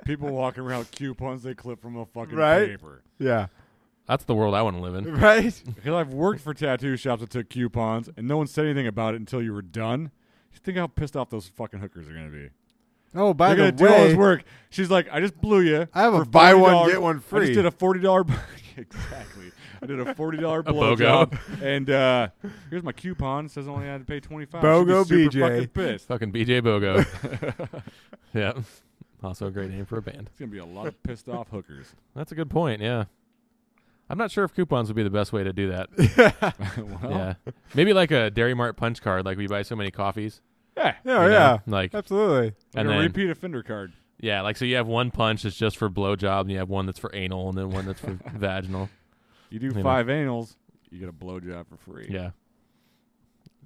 People walking around with coupons they clip from a fucking
Right?
paper.
Yeah.
that's the world I want to live in.
Right.
Because I've worked for tattoo shops that took coupons, and no one said anything about it until you were done. Just think how pissed off those fucking hookers are going to be.
Oh, by
They're gonna
the
do all
way,
this work. She's like, I just blew you.
I have a
for
buy one
$40.
get one
I just
free.
did a forty dollar. exactly. I did a forty dollar
A
blow
BOGO.
job, and uh, here's my coupon. It says I only had to pay twenty five.
BOGO
super
BJ.
Fucking pissed.
Fucking BJ Bogo. yeah. Also a great name for a band.
It's gonna be a lot of pissed off hookers.
That's a good point. Yeah. I'm not sure if coupons would be the best way to do that.
well,
Yeah. Maybe like a Dairy Mart punch card, like we buy so many coffees.
yeah.
oh yeah,
you know? Like,
absolutely.
Like
and
a
then,
repeat offender card.
yeah, like, so you have one punch that's just for blowjob, and you have one that's for anal, and then one that's for vaginal.
You do
You know.
five anals, you get a blowjob for free.
Yeah.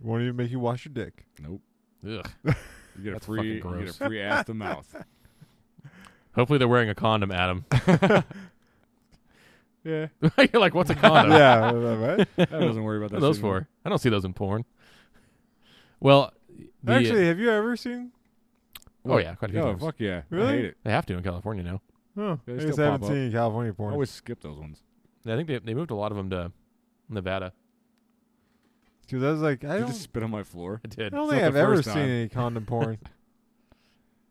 Won't even make you wash your dick.
Nope.
Ugh.
You get a
That's
free.
fucking
You get
gross.
a free ass to mouth.
Hopefully they're wearing a condom, Adam.
Yeah.
You're like, what's a condom?
yeah, what?
I doesn't worry about
What
that.
are those
shit
for? I don't see those in porn. Well, the,
Actually, have you ever seen?
oh yeah, quite a few
anymore. Oh
times.
fuck yeah! I
Really?
hate it.
They have to in California now.
Oh,
They
I
still
guess I haven't
pop up.
seen any California
I
porn.
always skip those ones.
I think they they moved a lot of them to Nevada.
Because I was like, I
I
don't,
just spit on my floor.
I did.
I don't
it's
think
not
I've
the
ever
first
seen
time.
any condom porn.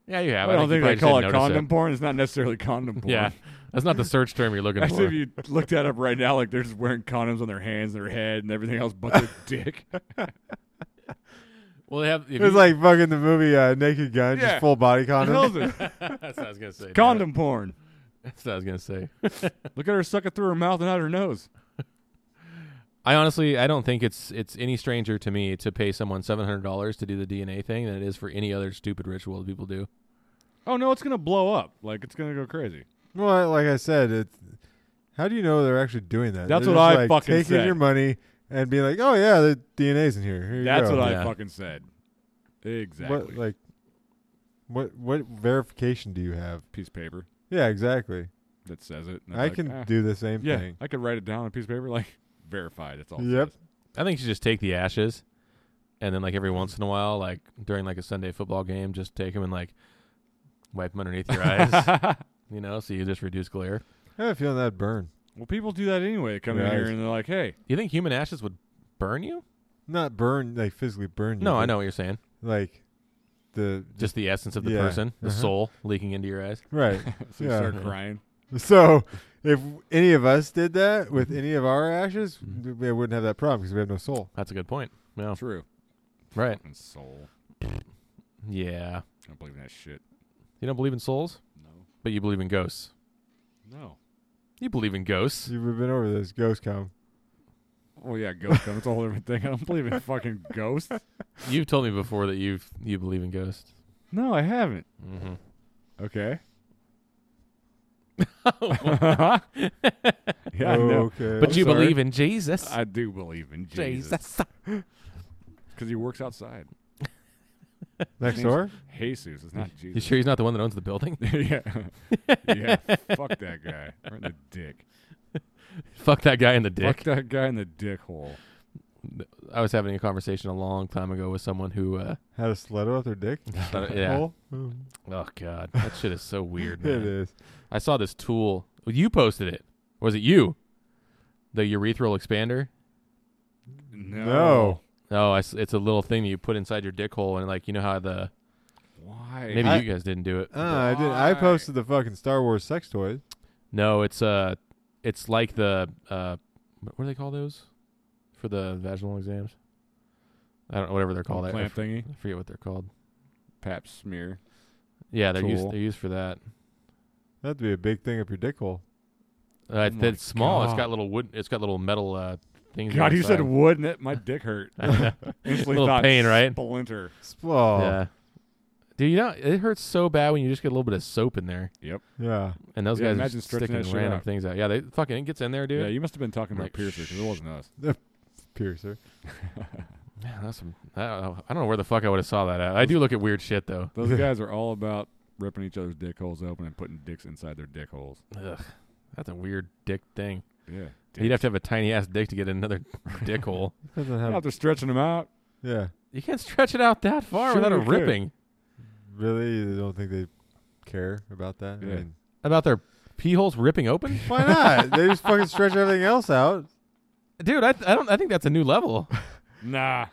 Yeah, you have.
I don't
you
think they call
probably just
it
didn't notice
condom porn. It's not necessarily condom porn.
Yeah, that's not the search term you're looking
Actually,
for.
if you looked that up right now, like they're just wearing condoms on their hands, their head, and everything else but their dick.
well, they have. If
it was
you-
like fucking the movie uh, Naked Gun,
Yeah.
just full body
What the
condom.
hell is it?
that's what I was gonna say. damn it.
Condom porn.
That's what I was gonna say.
Look at her suck it through her mouth and out her nose.
I honestly, I don't think it's it's any stranger to me to pay someone seven hundred dollars to do the DNA thing than it is for any other stupid ritual that people do.
Oh no, it's gonna blow up. Like it's gonna go crazy.
Well, like I said, it's how do you know they're actually doing that?
That's
They're
what
just,
I
like,
fucking
taking
said.
your money and being like, oh yeah, the DNA's in here. Here you
That's
go.
what I
Yeah.
fucking said. Exactly.
What like what what verification do you have?
piece of paper
Yeah, exactly.
that says it. and
I
I'm like,
can
ah,
do the same
Yeah,
thing.
I could write it down on a piece of paper, like verified. That's all. it
Yep.
says.
I think you should just take the ashes, and then like every once in a while, like during like a Sunday football game, just take them and like wipe them underneath your eyes. you know, so you just reduce glare.
I have a feeling that'd burn.
Well, people do that anyway. They come in
Right.
here and they're like, "Hey,
You think human ashes would burn you?
Not burn like physically burn you.
No, I
but,
know what you're saying.
Like the
Just the essence of the
Yeah.
person, the
Uh-huh.
soul leaking into your eyes.
right.
so you
Yeah.
start crying."
so if any of us did that with any of our ashes,
Mm-hmm.
we wouldn't have that problem because we have no soul.
That's a good point.
Oh.
No,
True.
right?
Fucking soul.
Yeah.
I don't believe in that shit.
You don't believe in souls,
No.
but you believe in ghosts.
No.
You believe in ghosts.
You've been over this. Ghosts come.
Well, yeah, ghost. That's a whole different thing. I don't believe in fucking ghosts.
You've told me before that you have you believe in ghosts.
No, I haven't.
hmm
Okay. yeah, I know.
Okay.
But
I'm sorry.
you believe in Jesus.
I do believe in Jesus because he works outside.
next door.
Jesus, it's not
You
Jesus.
sure he's not the one that owns the building?
yeah, yeah. Fuck that guy. Right in the dick.
Fuck that guy in the dick.
Fuck that guy in the dick hole.
I was having a conversation a long time ago with someone who, uh,
Had a stiletto up their dick.
thought it- Uh, yeah.
Hole? Mm.
Oh God, that shit is so weird.
It
Man.
is.
I saw this tool. Well, You posted it. Was it you? The urethral expander.
No.
No.
Oh, I s it's a little thing that you put inside your dick hole, and like you know how the
Why?
maybe
I-
you guys didn't do it.
Uh, I did. I
Why?
posted the fucking Star Wars sex toys.
No, it's uh, it's like the uh, what do they call those for the vaginal exams? I don't know whatever they're called. I, I
Clamp
f-
thingy.
I forget what they're called.
Pap smear.
Yeah, they're used.
Tool.
They're used for that.
That'd be a big thing up your dick hole.
Uh, it's-
Oh my
it's small. It's
God.
got little wood. It's got little metal uh things.
God, you said
inside.
wood, and it, my dick hurt. Instantly
Little
thought
pain, right?
Splinter.
Sp- Oh, yeah.
Yeah. Dude, you know it hurts so bad when you just get a little bit of soap in there, and those
Yeah,
guys
imagine stretching
are sticking
that shit
random
out.
things out. Yeah, they fucking it gets in there,
Yeah,
dude.
you must have been talking about
Like,
piercer because it wasn't us.
Piercer.
Man, that's some. I don't, know, I don't know where the fuck I would have saw that at. I do look at weird shit though.
Those guys are all about ripping each other's dick holes open and putting dicks inside their dick holes.
Ugh, that's a weird dick thing.
Yeah,
You'd have to have a tiny ass dick to get another dick hole.
Doesn't have.
After stretching them out,
Yeah.
You can't stretch it out that far
Sure
without a
you could.
ripping.
Really, you don't think they care about that. I
Yeah.
mean,
About their pee holes ripping open,
why not? they just fucking stretch everything else out.
dude. I, I don't. I think that's a new level.
nah.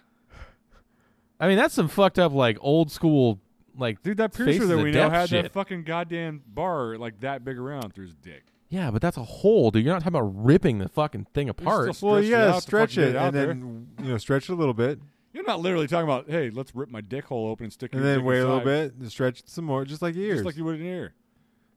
I mean, that's some fucked up like old school like
Dude, that
Face
piercer
is
that
a
we know
death
had
shit.
that fucking goddamn bar like that big around through his dick.
yeah, but that's a hole, dude. You're not talking about ripping the fucking thing apart.
still-
Well,
Stretch it out
yeah,
to
stretch
fucking get
it
it out
and then you know stretch it a little bit,
You're not literally talking about, hey, let's rip my dick hole open and stick
and
your
then
dick
wait a little
inside,"
bit, and stretch it some more, just like ears.
just like you would an ear.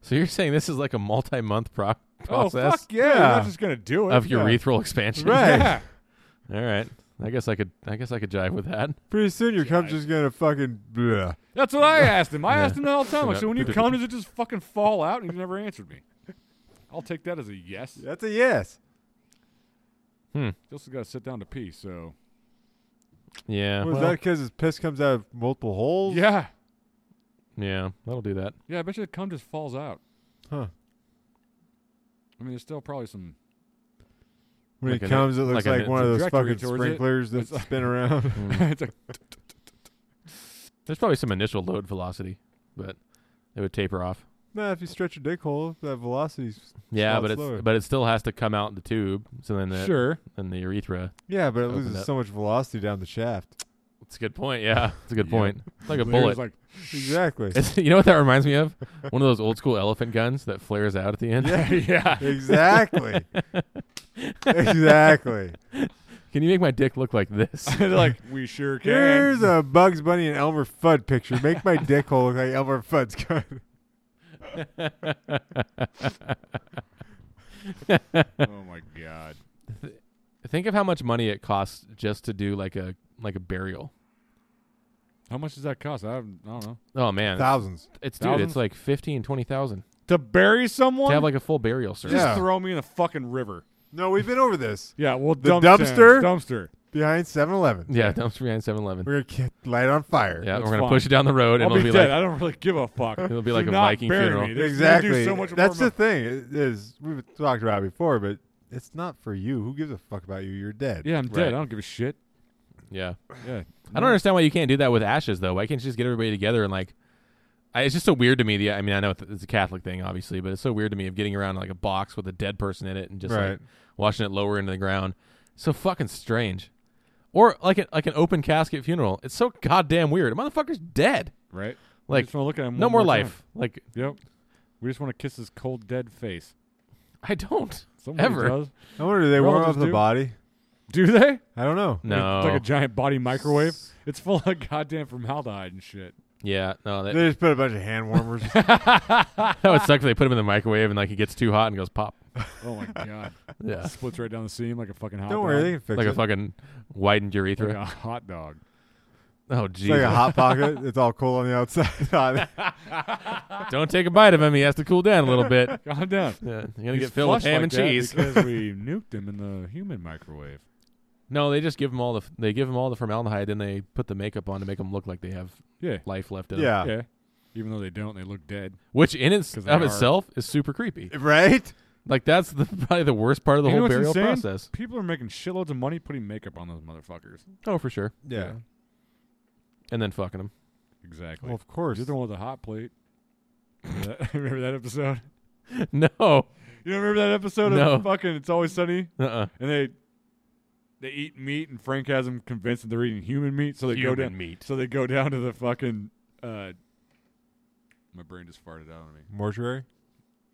So you're saying this is like a multi-month pro-
Oh
process
fuck yeah! You're
Yeah.
not just gonna do it
of
Yeah.
urethral expansion?
Right.
Yeah.
All right. I guess I could. I guess I could jive with that.
Pretty soon your cup's just gonna fucking. Bleh.
That's what I asked him. I
Yeah.
asked him that all the time. I
Yeah.
said, when you come, does it just fucking fall out? And he never answered me. I'll take that as a yes.
That's a yes.
He also got to sit down to pee, so.
Yeah.
Was
well,
that because his piss comes out of multiple holes?
Yeah.
Yeah. That'll do that.
Yeah, I bet you the cum just falls out.
Huh.
I mean, there's still probably some.
When
Like
it
an- e,
comes, it looks
like an-
like, one of those
trajectory
fucking
towards it.
sprinklers that
It's-
spin around.
Mm.
it's like,
There's probably some initial load velocity, but it would taper off.
nah, if you stretch your dick hole, that velocity's.
Yeah,
lot
but it's
slower.
but it still has to come out the tube. So then the
sure.
and the urethra.
Yeah, but it
Open
loses
up.
so much velocity down the shaft.
It's a good point. Yeah, it's a good
Yeah.
point. It's like a
Larry's
bullet.
Like,
Exactly.
It's- you know what that reminds me of? One of those old school elephant guns that flares out at the end.
Yeah.
yeah.
exactly. exactly.
Can you make my dick look like this?
They're like, we sure can.
Here's a Bugs Bunny and Elmer Fudd picture. Make my dick hole look like Elmer Fudd's gun.
oh my god.
Think of how much money it costs just to do like a like a burial.
How much does that cost? I, haven't- I don't know.
Oh man, it's,
Thousands.
it's dude, it's
Thousands?
like fifteen, twenty thousand
To bury someone?
to have like a full burial service.
just
Yeah.
throw me in a fucking river.
No, we've been over this
Yeah, well,
The
dump
dumpster?
sand, Dumpster.
behind 7-Eleven.
Yeah, dumpster behind Seven Eleven.
We're gonna get light on fire.
Yeah,
That's
we're gonna
fine.
push it down the road, and
I'll
it'll
be,
be,
dead.
like
I don't really give a fuck.
it'll be
Do
like a
not
Viking
bury
funeral.
Me. There's- they do
Exactly.
so much
That's
more
the thing. It is we've talked about it before, but it's not for you. Who gives a fuck about you? You're dead.
Yeah, I'm
Right.
dead. I don't give a shit.
Yeah,
Yeah.
I don't understand why you can't do that with ashes though. Why can't you just get everybody together and like? I, it's just so weird to me. The I mean, I know it's a Catholic thing, obviously, but it's so weird to me of getting around like a box with a dead person in it and just like
Right.
washing it lower into the ground. So fucking strange. Or like a, like an open casket funeral. It's so goddamn weird. A motherfucker's dead.
Right? we
Like
just want to look at him.
no
one
more,
time.
life. Like
Yep. We just want to kiss his cold, dead face.
I don't.
Somebody
Ever.
does.
I wonder do they warm up
Relatives
the
do.
body?
Do they?
I don't know.
No.
It's like a giant body microwave. It's full of goddamn formaldehyde and shit.
yeah. No. That,
They just put a bunch of hand warmers.
that would suck if they put him in the microwave and like it gets too hot and goes pop.
Oh my god.
Yeah.
Splits right down the seam like a fucking hot
don't
dog.
worry, they can fix
Like
it.
a fucking widened urethra.
like a hot dog.
Oh
it's like
Jesus!
a hot pocket. It's all cool on the outside. Hot.
Don't take a bite of him. He has to cool down a little bit.
Calm down.
Yeah, you're gonna
He's
get filled with
flushed
ham
like
and
that
cheese.
because we nuked him in the human microwave.
no, they just give him all the they give him all the formaldehyde, then they put the makeup on to make him look like they have
Yeah.
life left in 'em.
yeah.
yeah. Even though they don't, they look dead.
which in its
'Cause
of
they are.
itself is super creepy.
Right?
Like that's the, probably the worst part of the
You know
whole
what's
burial
insane?
process.
People are making shitloads of money putting makeup on those motherfuckers.
Oh, for sure.
Yeah.
And then fucking him.
Exactly.
Well, of course.
You're the one with the hot plate. Remember that, remember that episode?
no. Uh.
You don't remember that episode
No.
of fucking It's Always Sunny?
uh
And they they eat meat, and Frank has them convinced that they're eating human meat, so they go down.
meat.
So they go down to the fucking. Uh, my brain just farted out on me.
Mortuary.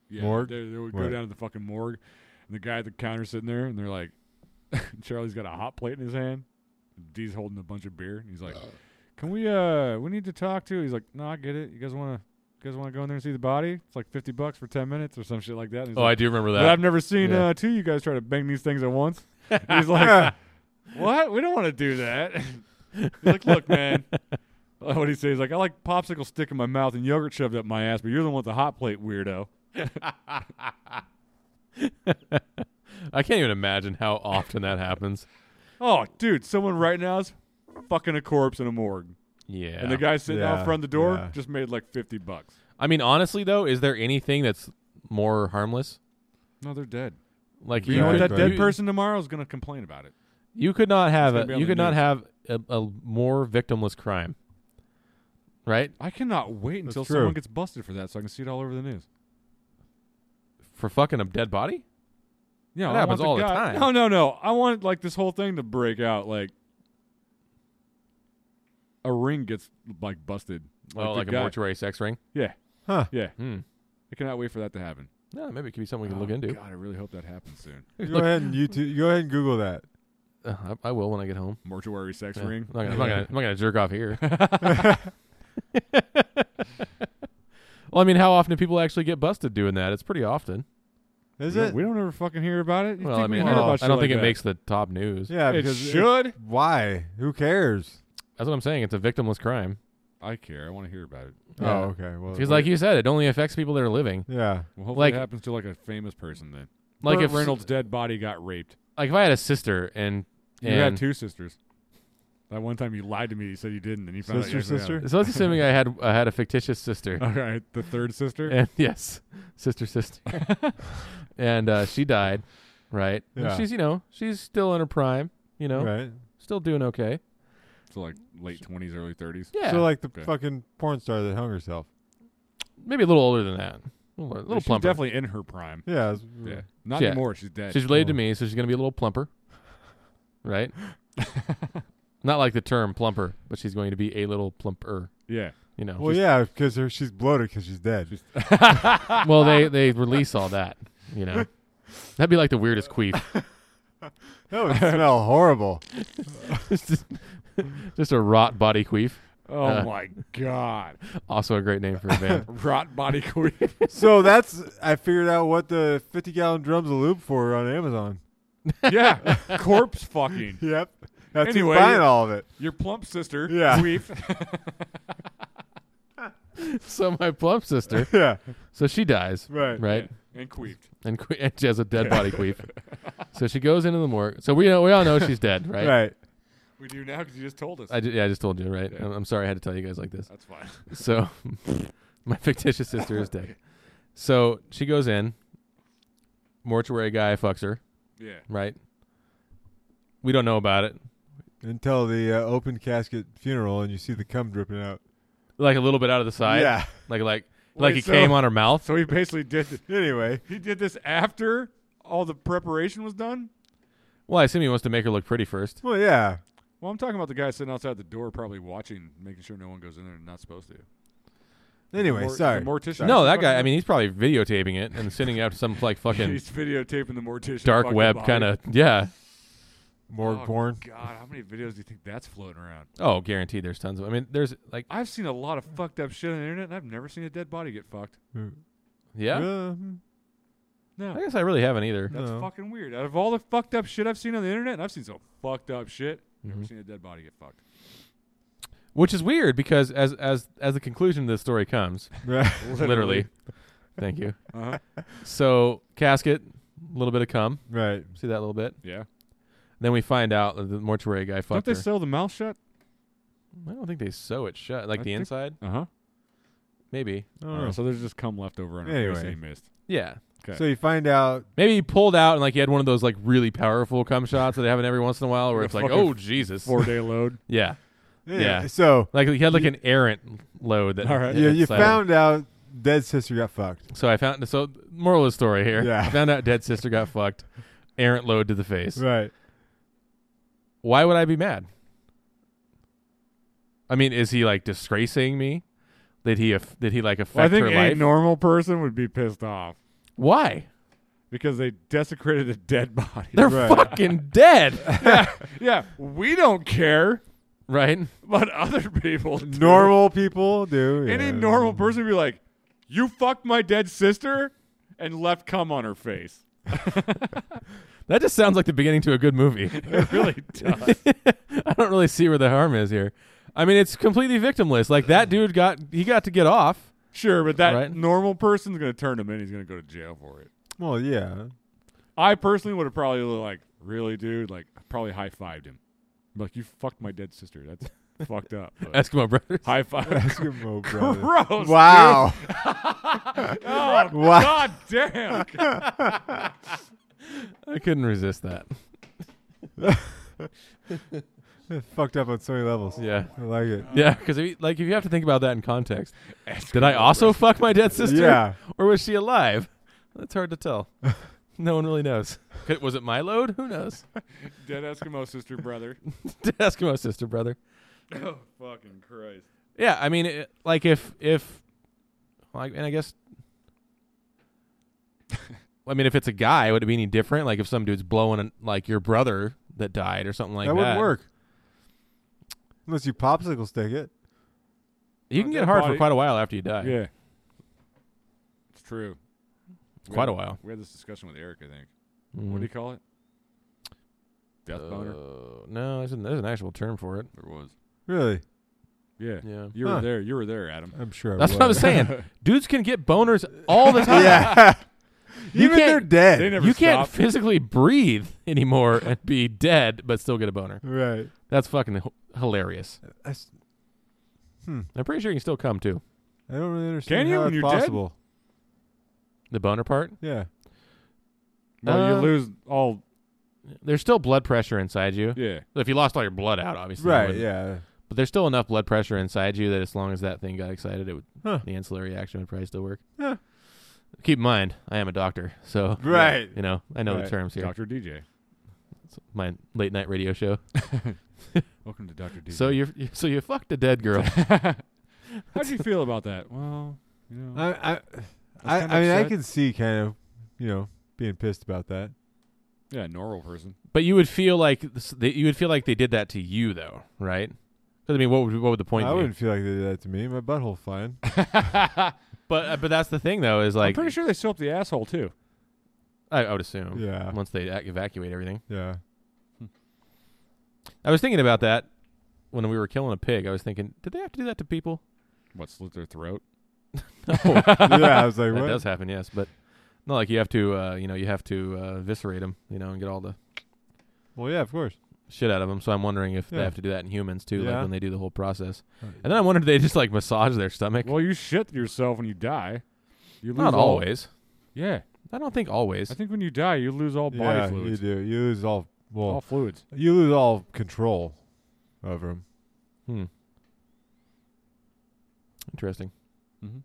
Yeah,
Morgue?
They, they would
What?
go down to the fucking morgue, and the guy at the counter sitting there, and they're like, Charlie's got a hot plate in his hand. Dee's holding a bunch of beer, and he's like, "Can we? uh We need to talk to." He's like, "No, I get it. You guys want to? You guys want to go in there and see the body? It's like fifty bucks for ten minutes or some shit like that." And he's
Oh,
like,
I do remember
but I've
that.
never seen
Yeah.
uh, two of you guys try to bang these things at once. And he's like, what? We don't want to do that. he's like, look, man. What he says, like, I like popsicle stick in my mouth and yogurt shoved up my ass, but you're the one with the hot plate, weirdo.
I can't even imagine how often that happens.
Oh, dude, someone right now is fucking a corpse in a morgue,
Yeah.
and the guy sitting out
Yeah,
front of the door
yeah.
just made like fifty bucks.
I mean, honestly though, is there anything that's more harmless?
No, they're dead.
Like
you know what?
could-
That dead
you-
person tomorrow is gonna complain about it.
You could not have
gonna
a,
be on
you
the
could not
news.
have a, a more victimless crime, right?
I cannot wait
That's
until
true.
someone gets busted for that, so I can see it all over the news.
For fucking a dead body.
Yeah,
That
I
happens
want
all the
guy-
time.
No, no, no. I want like this whole thing to break out. Like a ring gets like busted,
Like oh,
the
like a
guy-
mortuary sex ring.
Yeah,
Huh.
yeah.
Hmm.
I cannot wait for that to happen.
No, maybe it could be something we can look
Oh,
into.
God, I really hope that happens soon.
Go ahead and YouTube. Go ahead and Google that.
Uh, I, I will when I get home.
Mortuary sex
Yeah.
ring.
I'm not, gonna, I'm, not gonna, I'm not gonna jerk off here. well, I mean, how often do people actually get busted doing that? It's pretty often.
Is
we
it?
Don't, we don't ever fucking hear about it. You
well,
think
I
we
mean,
hear
I don't,
about
I
shit
don't think
like
it
that?
makes the top news.
Yeah,
It
because
should.
why? Who cares?
That's what I'm saying. It's a victimless crime.
I care. I want to hear about it.
Yeah.
Oh, okay. Well,
Because, like you said, it only affects people that are living.
yeah,
Well, hopefully
Like-
it happens to like a famous person then.
Like
Burt
if
Reynolds' dead body got raped.
like if I had a sister and
You had
and-
two sisters. That one time you lied to me. You said you didn't, and you found out.
Sister,
you actually had
sister?
it.
so let's assuming I had I had a fictitious sister.
All right, the third sister.
and yes, sister, sister, and uh, she died, right? And
Yeah.
she's you know she's still in her prime, you know,
right.
still doing okay.
So like late twenties, early thirties.
Yeah,
So like the
Okay.
fucking porn star that hung herself.
maybe a little older than that, a little, a little
she's
plumper. Mm.
definitely in her prime.
Yeah. it's-
Yeah, not
Yeah.
anymore. She's dead.
she's related to me, so she's gonna be a little plumper, right? Not like the term plumper, but she's going to be a little plumper.
yeah.
You know,
Well, yeah, because she's bloated because she's dead.
She's-
She's- well they they release all that, you know. That'd be like the weirdest queef.
That would smell horrible.
just, just a rot body queef.
Oh
Uh.
my god.
Also a great name for a band.
Rot body queen.
So that's I figured out what the 50 gallon drums of lube for on Amazon.
yeah. Corpse fucking.
Yep. That's
Anyway.
who's buying all of it.
Your plump sister.
Yeah.
Queef.
so my plump sister,
Yeah.
so she dies,
Right.
right?
and queefed.
And, que- and she has a dead body queef. so she goes into the morgue. So we know, we all know she's dead, right?
Right.
We do now because you just told us.
I, ju- yeah, I just told you, right?
Yeah.
I'm, I'm sorry I had to tell you guys like this.
That's fine.
So my fictitious sister is dead. So she goes in. Mortuary guy fucks her,
Yeah.
right? We don't know about it.
Until the uh, open casket funeral and you see the cum dripping out.
Like a little bit out of the side.
Yeah.
Like like
Wait,
like it
so-
came on her mouth.
So he basically did. th-
Anyway.
He did this after all the preparation was done.
well, I assume he wants to make her look pretty first.
Well, yeah.
Well, I'm talking about the guy sitting outside the door, probably watching, making sure no one goes in there. and Not supposed to.
Anyway,
Mor-
sorry.
the mortician.
No, that guy. I mean, he's probably videotaping it and sending it out to some like fucking
he's videotaping the mortician.
dark
fucking
web
body.
kind of yeah
Morgue
Oh,
porn.
God, how many videos do you think that's floating around?
oh guaranteed there's tons of i mean there's like
I've seen a lot of fucked up shit on the internet, and I've never seen a dead body get fucked.
yeah
Um,
No,
i guess i really haven't either
that's
no.
fucking weird. Out of all the fucked up shit I've seen on the internet, and I've seen some fucked up shit, never
Mhm.
seen a dead body get fucked.
which is weird because as as as the conclusion of this story comes
right.
literally thank you
Uh-huh.
so casket a little bit of cum
Right.
see that a little bit
Yeah.
then we find out that the mortuary guy
Don't
fucked
they
her
sell the mouth shut?
i don't think they sew it shut like
I
the
think-
inside
Uh huh.
maybe
I don't know.
Uh, So there's just cum left over on her face that
Anyway.
he missed.
yeah
Okay.
So you find out.
maybe he pulled out and like he had one of those like really powerful cum shots that they have in every once in a while where
The
it's like
fucking
oh jesus
Four day load.
yeah Yeah.
yeah. So
like he had like an errant load that
All right.
that
Yeah, uh, you
decided-
found out dead sister got fucked.
So I found so moral of the story here.
Yeah.
I found out dead sister got fucked, errant load to the face.
Right.
Why would I be mad? I mean, is he like disgracing me? Did he aff- did he like affect
I think
her
any
life?
normal person would be pissed off
Why?
because they desecrated a dead body.
They're
Right.
fucking dead,
yeah, we don't care,
right?
but other people. do.
Normal people do. Yeah.
Any normal person would be like, "You fucked my dead sister and left cum on her face."
That just sounds like the beginning to a good movie.
It really does.
I don't really see where the harm is here. I mean, it's completely victimless. Like that dude got he got to get off.
Sure, but that
Right.
normal person's gonna turn him in. He's gonna go to jail for it.
Well, yeah.
I personally would have probably like, "Really, dude?" Like, probably high fived him. Be Like, you fucked my dead sister. That's fucked up. but
Eskimo brothers.
High five.
Eskimo brother.
Gross.
Wow.
dude. Oh,
Wow.
God damn.
I couldn't resist that.
Fucked up on so many levels.
Yeah.
I like it.
Yeah, because if you, like if you have to think about that in context, did I also fuck my dead sister?
Yeah.
or was she alive? That's hard to tell. no one really knows. Could- Was it my load? Who knows?
Dead Eskimo sister brother.
Eskimo sister brother.
Oh, fucking Christ.
Yeah, I mean, it, like if if, like, and I guess, I mean, if it's a guy, would it be any different? Like if some dude's blowing an, like your brother that died or something like that.
that wouldn't work unless you popsicle stick it.
You can
Not
get
that
hard for
body.
quite a while after you die.
Yeah. It's true. We
quite
had-
a while.
We had this discussion with Eric, I think.
Mhm.
What do you call it? Death boner?
Uh, no, there's an, there's an actual term for it.
There was.
Really,
Yeah.
Yeah,
You were
Huh.
there. You were there, Adam.
I'm sure.
that's what I was saying. Dudes can get boners all the time.
yeah,
You
even if
can't-
they're dead.
They never
You can't
stopped.
physically breathe anymore and be dead, but still get a boner.
right.
That's fucking h- hilarious.
I, s-
I'm pretty sure you can still come too.
I don't really understand
Can you
how
when
that's
you're dead?
possible.
The boner part.
Yeah.
Well,
Uh,
you lose all.
There's still blood pressure inside you.
Yeah.
If you lost all your blood out, obviously. you
Right.
wouldn't.
Yeah.
But there's still enough blood pressure inside you that as long as that thing got excited, it would
Huh.
the ancillary action would probably still work.
Yeah.
Keep in mind, I am a doctor, so
Right.
you know I know the
Right.
terms here.
Dr. DJ.
It's my late night radio show.
Welcome to Dr. DJ.
So you're, you so you fucked a dead girl.
How'd you feel about that? Well, you know.
I I I,
kind of
I mean I
upset.
can see kind of you know being pissed about that.
yeah, normal person.
but you would feel like this- they- you would feel like they did that to you though, right? 'Cause, I mean, what would what would the point
I
be?
wouldn't feel like they did that to me. My butthole fine.
But uh, but that's the thing though is like
I'm pretty sure they still up the asshole, too.
I, I would assume
yeah.
once they ac- evacuate everything.
Yeah.
I was thinking about that when we were killing a pig. I was thinking, did they have to do that to people?
What, slit their throat?
No.
yeah. I was like,
that
what?
does happen, yes, but not like you have to, uh, you know, you have to uh, eviscerate them, you know, and get all the
Well, yeah, of course.
shit out of them. So I'm wondering if they
Yeah.
have to do that in humans too, like
Yeah.
when they do the whole process. And then I wondered if they just like massage their stomach.
Well, you shit yourself when you die. You lose
not
all-
always.
Yeah.
I don't think always.
I think when you die, you lose all body
yeah, you
fluids.
do. You lose all. Well,
All fluids.
you lose all control over them.
hmm. Interesting.
Mhm.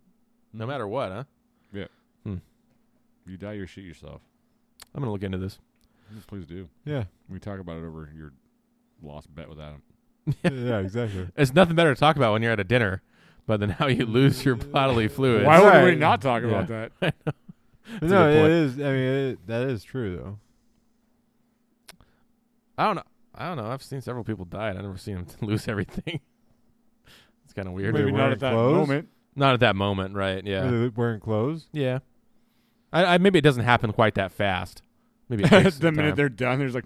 No matter what, huh?
You die, you shit yourself.
I'm gonna look into this.
Please do.
Yeah.
We talk about it over your lost bet with Adam.
yeah. Exactly.
It's nothing better to talk about when you're at a dinner, but then how you lose your bodily fluids.
Why would we
Right.
not talk
Yeah.
about that?
But
good
no,
point.
it is. I mean, it, that is true though.
I don't know. I don't know. I've seen several people die, and I've never seen them lose everything. it's kind of weird.
Wait,
Maybe not
wearing
at that
clothes?
moment.
Not at that moment, right? Yeah,
Were they wearing clothes?
yeah. I, I maybe it doesn't happen quite that fast. Maybe it takes
the
some
minute
time.
they're done, there's like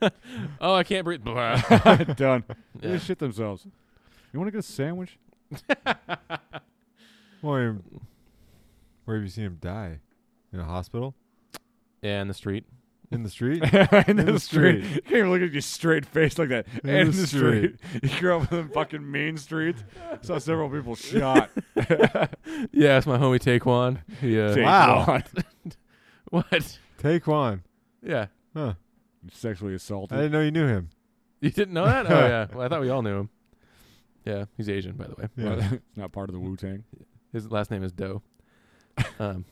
Oh, I can't breathe. Blah.
done. They
Yeah.
just shit themselves. You want to get a sandwich?
Well, I mean, where have you seen him die? In a hospital?
Yeah, in the street.
In the street?
in,
the
the street. You can't even look at you straight faced like that.
In
In,
the
the, street. You grew up in the fucking mean streets. Saw several people shot.
Yeah, it's my homie Taquan.
Jake
Yeah.
Wow.
Vaughn.
what?
Taekwon.
Yeah.
Huh.
Sexually
I
assaulted.
didn't know you knew him.
You didn't know that? Oh yeah. Well, I thought we all knew him. Yeah, he's Asian, by the way.
Yeah.
It's not part of the Wu Tang.
His last name is Doe. Um,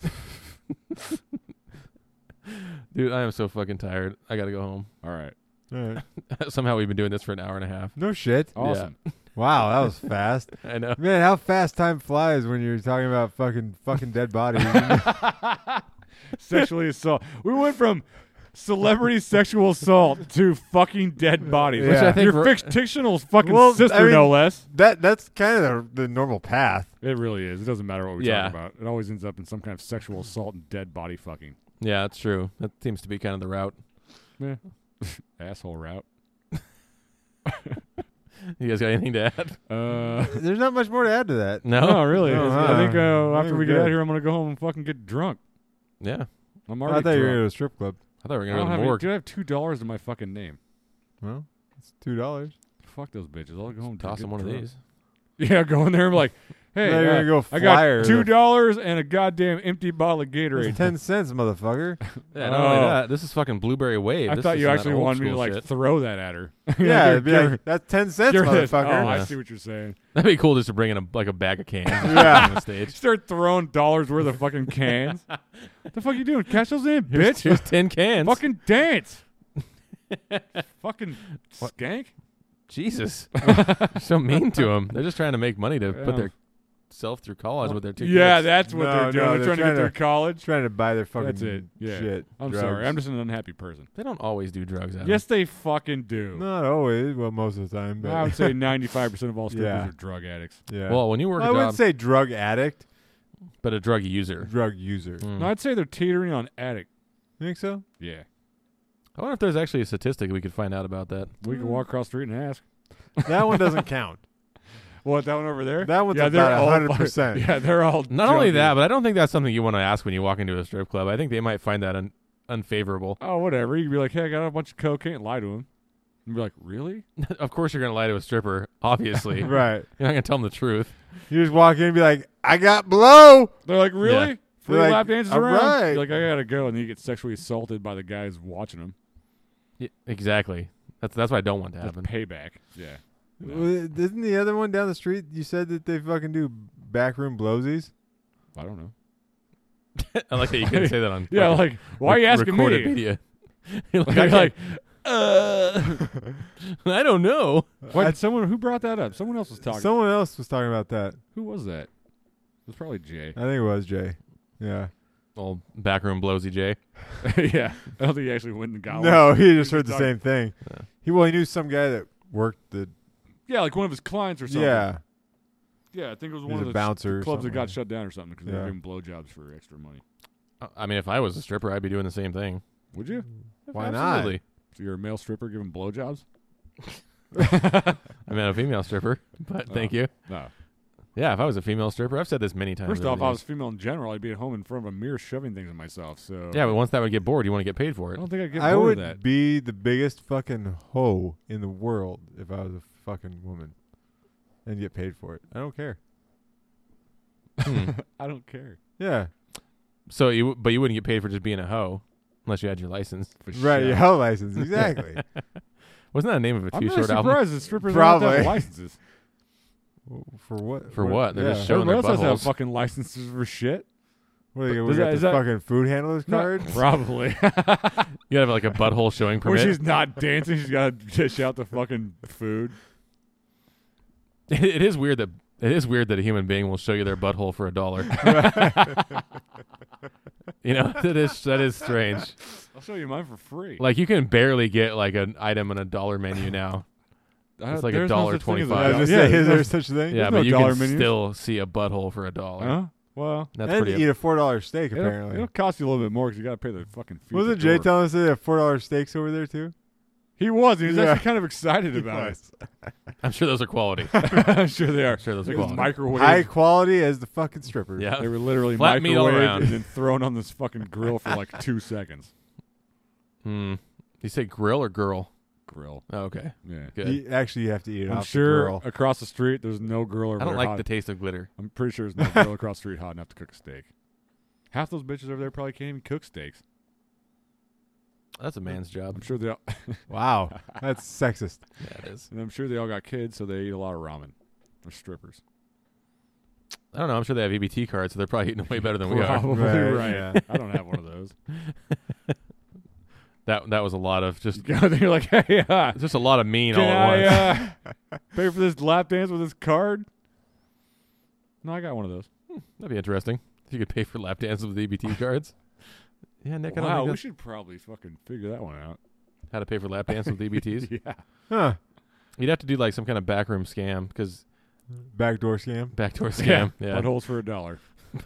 dude, I am so fucking tired. I gotta go home.
All right.
All right.
Somehow we've been doing this for an hour and a half.
No shit.
Awesome.
Wow, that was fast.
I know.
Man, how fast time flies when you're talking about fucking fucking dead bodies.
Sexually assault. We went from celebrity sexual assault to fucking dead bodies.
Which I
Yeah.
think
Your
we're-
fictional fucking
Well, I
sister,
mean-
no less.
that that's kind of the, the normal path.
It really is. It doesn't matter what we
Yeah.
talk about. It always ends up in some kind of sexual assault and dead body fucking.
Yeah, that's true. That seems to be kind of the route.
Asshole route.
You guys got anything to add?
Uh,
There's not much more to add to that.
No.
no, Oh, really.
No,
I think uh,
Oh, huh. I
after
think
we
we're
get out
good.
of here, I'm going to go home and fucking get drunk.
Yeah.
I'm
I
already
thought you were going
drunk.
to a strip club.
I thought we were
I
gonna
don't
go to
have
the
any,
morgue.
dude, I have $2 in my fucking name.
Well, it's two dollars.
Fuck those bitches. I'll go home and
Toss
get
him one of
drunk.
these.
Yeah, go in there and be like, hey,
you're
uh,
gonna go
I
flyer
got
the-
two dollars and a goddamn empty bottle of
It's
Gatorade.
ten cents, motherfucker.
Yeah, not only
Oh.
that, this is fucking blueberry wave.
I
This
thought
is
you
not
actually
old
wanted me to
school
like
shit.
throw that at her.
yeah,
Here-
it'd be
here-
like, that's ten cents,
here it is. Oh,
motherfucker.
Yeah.
I see what you're saying.
That'd be cool just to bring in a, like a bag of cans on the stage.
Start throwing dollars worth of fucking cans. the fuck you doing? Cash those in,
Here's-
bitch.
Here's ten cans.
fucking dance. fucking skank.
Jesus, You're so mean to them. They're just trying to make money to
Yeah.
put their self through college with their two
yeah,
kids.
that's what
No,
they're
no,
doing. they're,
they're
trying, to get
trying
through
to-
college.
Trying to buy their fucking
That's it, yeah.
shit.
I'm
drugs.
sorry. I'm just an unhappy person.
they don't always do drugs. Adam.
Yes, they fucking do.
not always. Well, most of the time, but
I would say 95% of all strippers
Yeah.
are drug addicts.
yeah.
Well, when you work a
I
job,
wouldn't say drug addict,
but a drug user.
drug user.
Mm.
No, I'd say they're teetering on addict.
You think so?
Yeah.
I wonder if there's actually a statistic we could find out about that.
We can walk across the street and ask.
That one doesn't count.
What, that one over there?
That one's
yeah, they're
about
all
hundred
fucking-
percent.
Yeah, they're all.
Not only
junkies.
that, but I don't think that's something you want to ask when you walk into a strip club. I think they might find that un- unfavorable.
oh, whatever. You'd be like, hey, I got a bunch of cocaine. Lie to him. And be like, really?
of course, you're going to lie to a stripper. Obviously, you're
Right.
not going to tell them the truth.
You just walk in and be like, "I got blow."
They're like, really?
Yeah.
Free
They're like,
lap dances
"All
around.
right."
You're like, I gotta go, and then you get sexually assaulted by the guys watching them.
Yeah, exactly. That's that's what I don't want to
That's
happen.
payback. Yeah. No.
Well, Isn't the other one down the street? You said that they fucking do backroom blowsies.
I don't know.
I like that you couldn't say that on.
Yeah,
fucking
like, why are you
rec-
asking
recorded
me?
Video. You're like,
Like,
I,
like, Uh,
can't- I don't know.
why
I-
did someone who brought that up? Someone else was talking.
Someone else was talking about that.
who was that? It was probably Jay.
I think it was Jay. Yeah.
Old backroom E blowsy Jay.
yeah, I don't think he actually went and got one.
No, he just
He was
heard the
talking-
same thing.
Yeah.
He well, he knew some guy that worked the
Yeah, like one of his clients or something.
yeah.
yeah. I think it was
He
one
was
of
a
the
bouncer. or
clubs that
something.
got shut down or something because they were
Yeah.
giving blowjobs for extra money.
I- I mean, if I was a stripper, I'd be doing the same thing.
Would you?
Why not?
Absolutely.
So you're a male stripper giving blowjobs?
I mean, I'm a female stripper, but thank
Oh.
you.
No.
Yeah, if I was a female stripper, I've said this many times.
First
over
off,
the
I was
years.
female in general. I'd be at home in front of a mirror shoving things at myself. So
Yeah, but once that would get bored, you want to get paid for
I
it.
don't think I'd get
I
bored
would
of that.
be the biggest fucking hoe in the world if I was a fucking woman and get paid for it. I don't care.
Hmm.
I don't care.
Yeah.
so you, but you wouldn't get paid for just being a hoe unless you had your license.
For
Right,
sure.
your hoe license. Exactly.
Wasn't that the name of a
I'm
two
really
short
surprised
album?
that strippers don't have to have
Probably.
licenses.
for what?
For what? They're
yeah.
just showing
Everyone
their
else has to have
buttholes.
fucking licenses for shit.
What are they
Is
going
that-
to
is
the
that-
fucking food handler's
No,
card?
probably.
You gotta have like a butthole showing
Where
permit.
she's not dancing, she's got to dish out the fucking food.
It- it is weird that it is weird that a human being will show you their butthole for a dollar. you know that is that is strange.
I'll show you mine for free.
Like you can barely get like an item on a dollar menu now.
I-
it's like a
there's no
dollar
such thing as a
I
$25.
was
dollar-
just
Yeah,
saying, is there
there's
such a thing?
There's
yeah, but
no
you
dollar
can
menus.
still see a butthole for a
no-
dollar.
Huh? Well,
That's
and
pretty.
eat a four dollar steak
it'll,
apparently.
it'll cost you a little bit more because you got to pay the fucking fee. at
Wasn't
the
Jay
door.
telling us that they have four dollar steaks over there too?
He was. He was
Yeah.
actually kind of excited about it.
I'm sure those are quality.
I'm sure they are.
I'm sure those are
Like it was
quality.
microwave.
High quality as the fucking stripper.
yeah,
They were literally
Flat meat all
microwaved
around.
and then thrown on this fucking grill for like two seconds.
Hmm. You say grill or girl?
Grill.
Oh, okay.
Yeah.
Good.
You, actually, you have to eat it
I'm
off the
sure
grill.
across the street there's no grill over
I don't
there
like
hot.
the taste of glitter.
I'm pretty sure there's no grill across the street hot enough to cook a steak. Half those bitches over there probably can't even cook steaks.
That's a man's job.
I'm sure they all,
Wow, that's sexist.
That is.
and I'm sure they all got kids, so they eat a lot of ramen. They're strippers.
I don't know. I'm sure they have EBT cards, so they're probably eating way better than we are.
Probably
Right,
right.
yeah.
I don't have one of those.
That that was a lot of just
You go there, you're like, hey, uh,
just a lot of mean
can
all at
I
once.
uh, pay for this lap dance with this card? No, I got one of those.
That'd be interesting. If you could pay for lap dances with EBT cards. Yeah, Nick, I
wow,
don't
we
think
should probably fucking figure that one out.
that's how to pay for lap dances with EBTs.
Yeah.
Huh?
You'd have to do like some kind of backroom scam because
Backdoor scam.
backdoor scam. Yeah.
Buttholes for a dollar.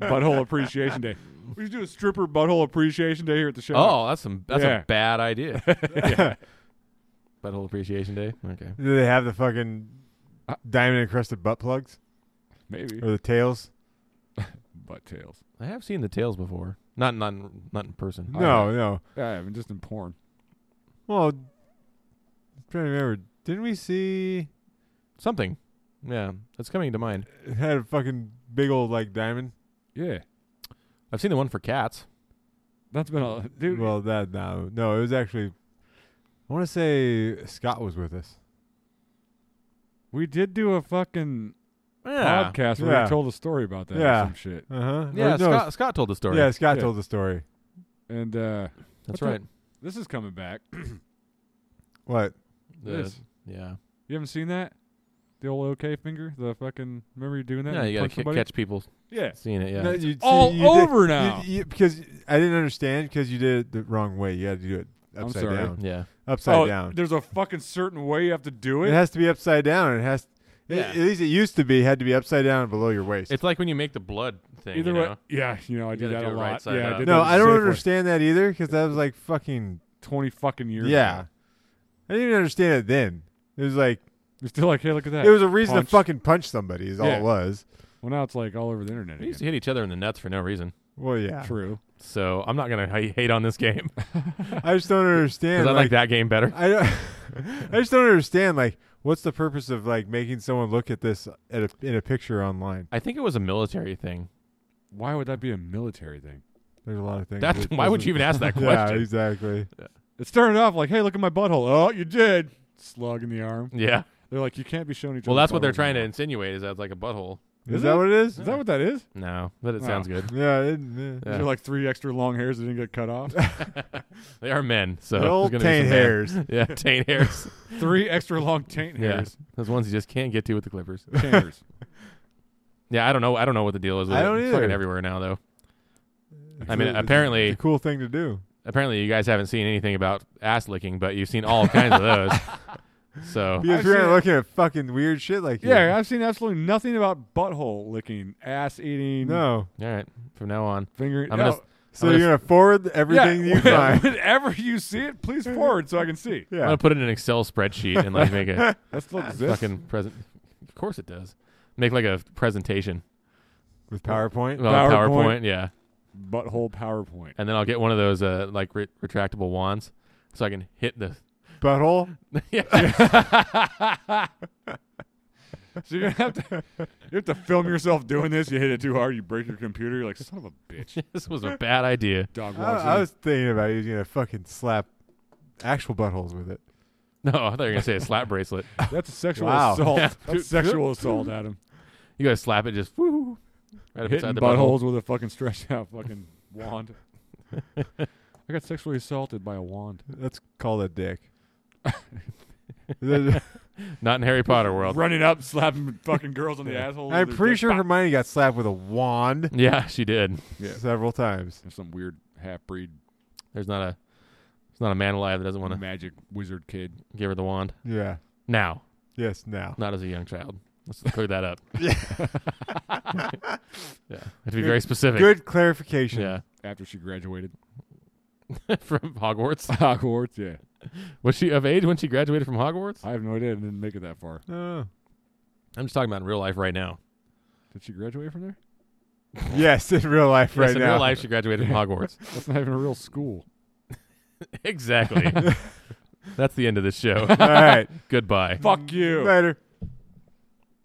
butthole appreciation day. We should do a stripper butthole appreciation day here at the show.
Oh, that's some that's
Yeah.
a bad idea.
yeah.
Butthole Appreciation Day. Okay.
Do they have the fucking diamond encrusted butt plugs
Maybe.
Uh.
or the tails?
Butt tails.
I have seen the tails before. Not not in- not in person.
No, no.
Yeah, I mean, just in porn.
Well, I'm trying to remember. Didn't we see
Something. Yeah, that's coming to mind.
it had a fucking big old like diamond?
Yeah.
I've seen the one for cats.
That's been a dude.
Well, that no, no. It was actually. I want to say Scott was with us.
we did do a fucking
Yeah.
podcast where
Yeah.
we told a story about that
Yeah.
or some shit.
Uh huh.
Yeah, Scott, Scott told the story.
Yeah, Scott
Yeah.
told the story.
And uh
that's
What
right.
this is coming back.
What?
The
This.
Yeah.
You haven't seen that? The old OK finger? The fucking. Remember you doing that?
Yeah,
when
you gotta
punch
ca-
somebody?
catch people
Yeah.
seeing it. Yeah.
No, you- see,
all
you did-
over
you-
now.
you- because I didn't understand because you did it the wrong way. You had to do it
I'm
upside
sorry.
down.
yeah.
Upside
oh,
down.
There's a fucking certain way you have to do
It
it.
has to be upside down. It has. it-
Yeah.
at least it used to be had to be upside down below your waist.
It's like when you make the blood thing.
Either
you
way,
know?
yeah, you know I
You
did
gotta
that
do
a
it
lot.
right side
yeah, I
up.
did
no,
that the
I don't
safe way.
understand that either because that was like fucking
Twenty fucking years.
yeah.
ago.
I didn't even understand it then. It was like
You're still like, hey, look at that.
it was a reason
punch.
to fucking punch somebody. Is all
Yeah.
it was.
well, now it's like all over the internet.
We used to
Again.
hit each other in the nuts for no reason.
Well, yeah.
True.
So I'm not gonna h- hate on this game
I just don't
because
understand.
I like
like,
that game better.
I don't. I just don't understand. Like, what's the purpose of like making someone look at this at a, in a picture online?
I think it was a military thing.
Why would that be a military thing?
There's a lot of things.
That's
that
why would
doesn't-
you even ask that
Yeah,
question?
exactly.
It started off like, hey, look at my butthole. Oh, you did. Slug in the arm.
Yeah.
They're like, you can't be showing each
Well,
other.
that's what they're
buttholes
trying to
anymore."
insinuate is that's like a butthole.
Is,
Is
that
it?
what it is?
Is that what that is?
No, but it
Wow.
sounds good.
Yeah. It, yeah.
Yeah.
These are like three extra long hairs that didn't get cut off.
They are men, so
The old
there's gonna be
taint
some man-
hairs.
Yeah, taint hairs.
three extra long taint
Yeah.
hairs.
Those ones you just can't get to with the clippers.
Tainters.
Yeah, I don't know. I don't know what the deal is. With
I
it.
don't
It's fucking
either.
everywhere now, though.
It's
I mean,
a- it's a-
apparently-
it's a cool thing to do.
Apparently, you guys haven't seen anything about ass licking, but you've seen all kinds of those. So
Because
I've
you're
seen
not
it.
looking at fucking weird shit like you.
yeah, I've seen absolutely nothing about butthole licking, ass eating,
All
No.
right, from now on,
finger.
I'm gonna
No.
s-
So
gonna
you're gonna forward everything
yeah,
you find.
Whenever you see it, please forward so I can see.
I'm
Yeah.
gonna put it in an Excel spreadsheet and like make a
That still exists.
fucking present. Of course it does. Make like a presentation,
With PowerPoint.
well,
PowerPoint.
PowerPoint, yeah,
butthole PowerPoint.
and then I'll get one of those uh, like re- retractable wands, so I can hit the.
Butthole.
yeah.
So you're gonna have to you have to film yourself doing this. You hit it too hard, you break your computer. You're like son of a bitch.
this was a bad idea.
Dog
I,
walks
I
in.
was thinking about he was gonna fucking slap actual buttholes with it.
No, I thought you were gonna say a slap bracelet.
That's a sexual
Wow.
assault.
Yeah.
That's sexual assault, Adam.
You gotta slap it just woo, right up
Hitting
inside the
buttholes with a fucking stretched out fucking wand. I got sexually assaulted by a wand.
Let's call that dick. That-
Not in Harry Potter world.
Running up, slapping fucking girls on the asshole. with
I'm
their
pretty
dick.
sure
Bah.
Hermione got slapped with a wand
Yeah, she did.
Yeah.
several times.
There's some weird half breed
There's not a there's not a man alive that doesn't want to
magic wizard kid.
give her the wand.
Yeah.
Now,
Yes. Now.
not as a young child. Let's clear that up. yeah. To be very specific.
Good clarification.
Yeah.
After she graduated
from Hogwarts.
Hogwarts, yeah.
Was she of age when she graduated from Hogwarts?
I have no idea. I didn't make it that far.
Oh.
I'm just talking about in real life right now.
Did she graduate from there?
Yes, in real life
Yes,
right
in
now.
real life she graduated from Hogwarts.
That's not even a real school.
exactly. That's the end of this show.
All right.
Goodbye.
Fuck you.
Later.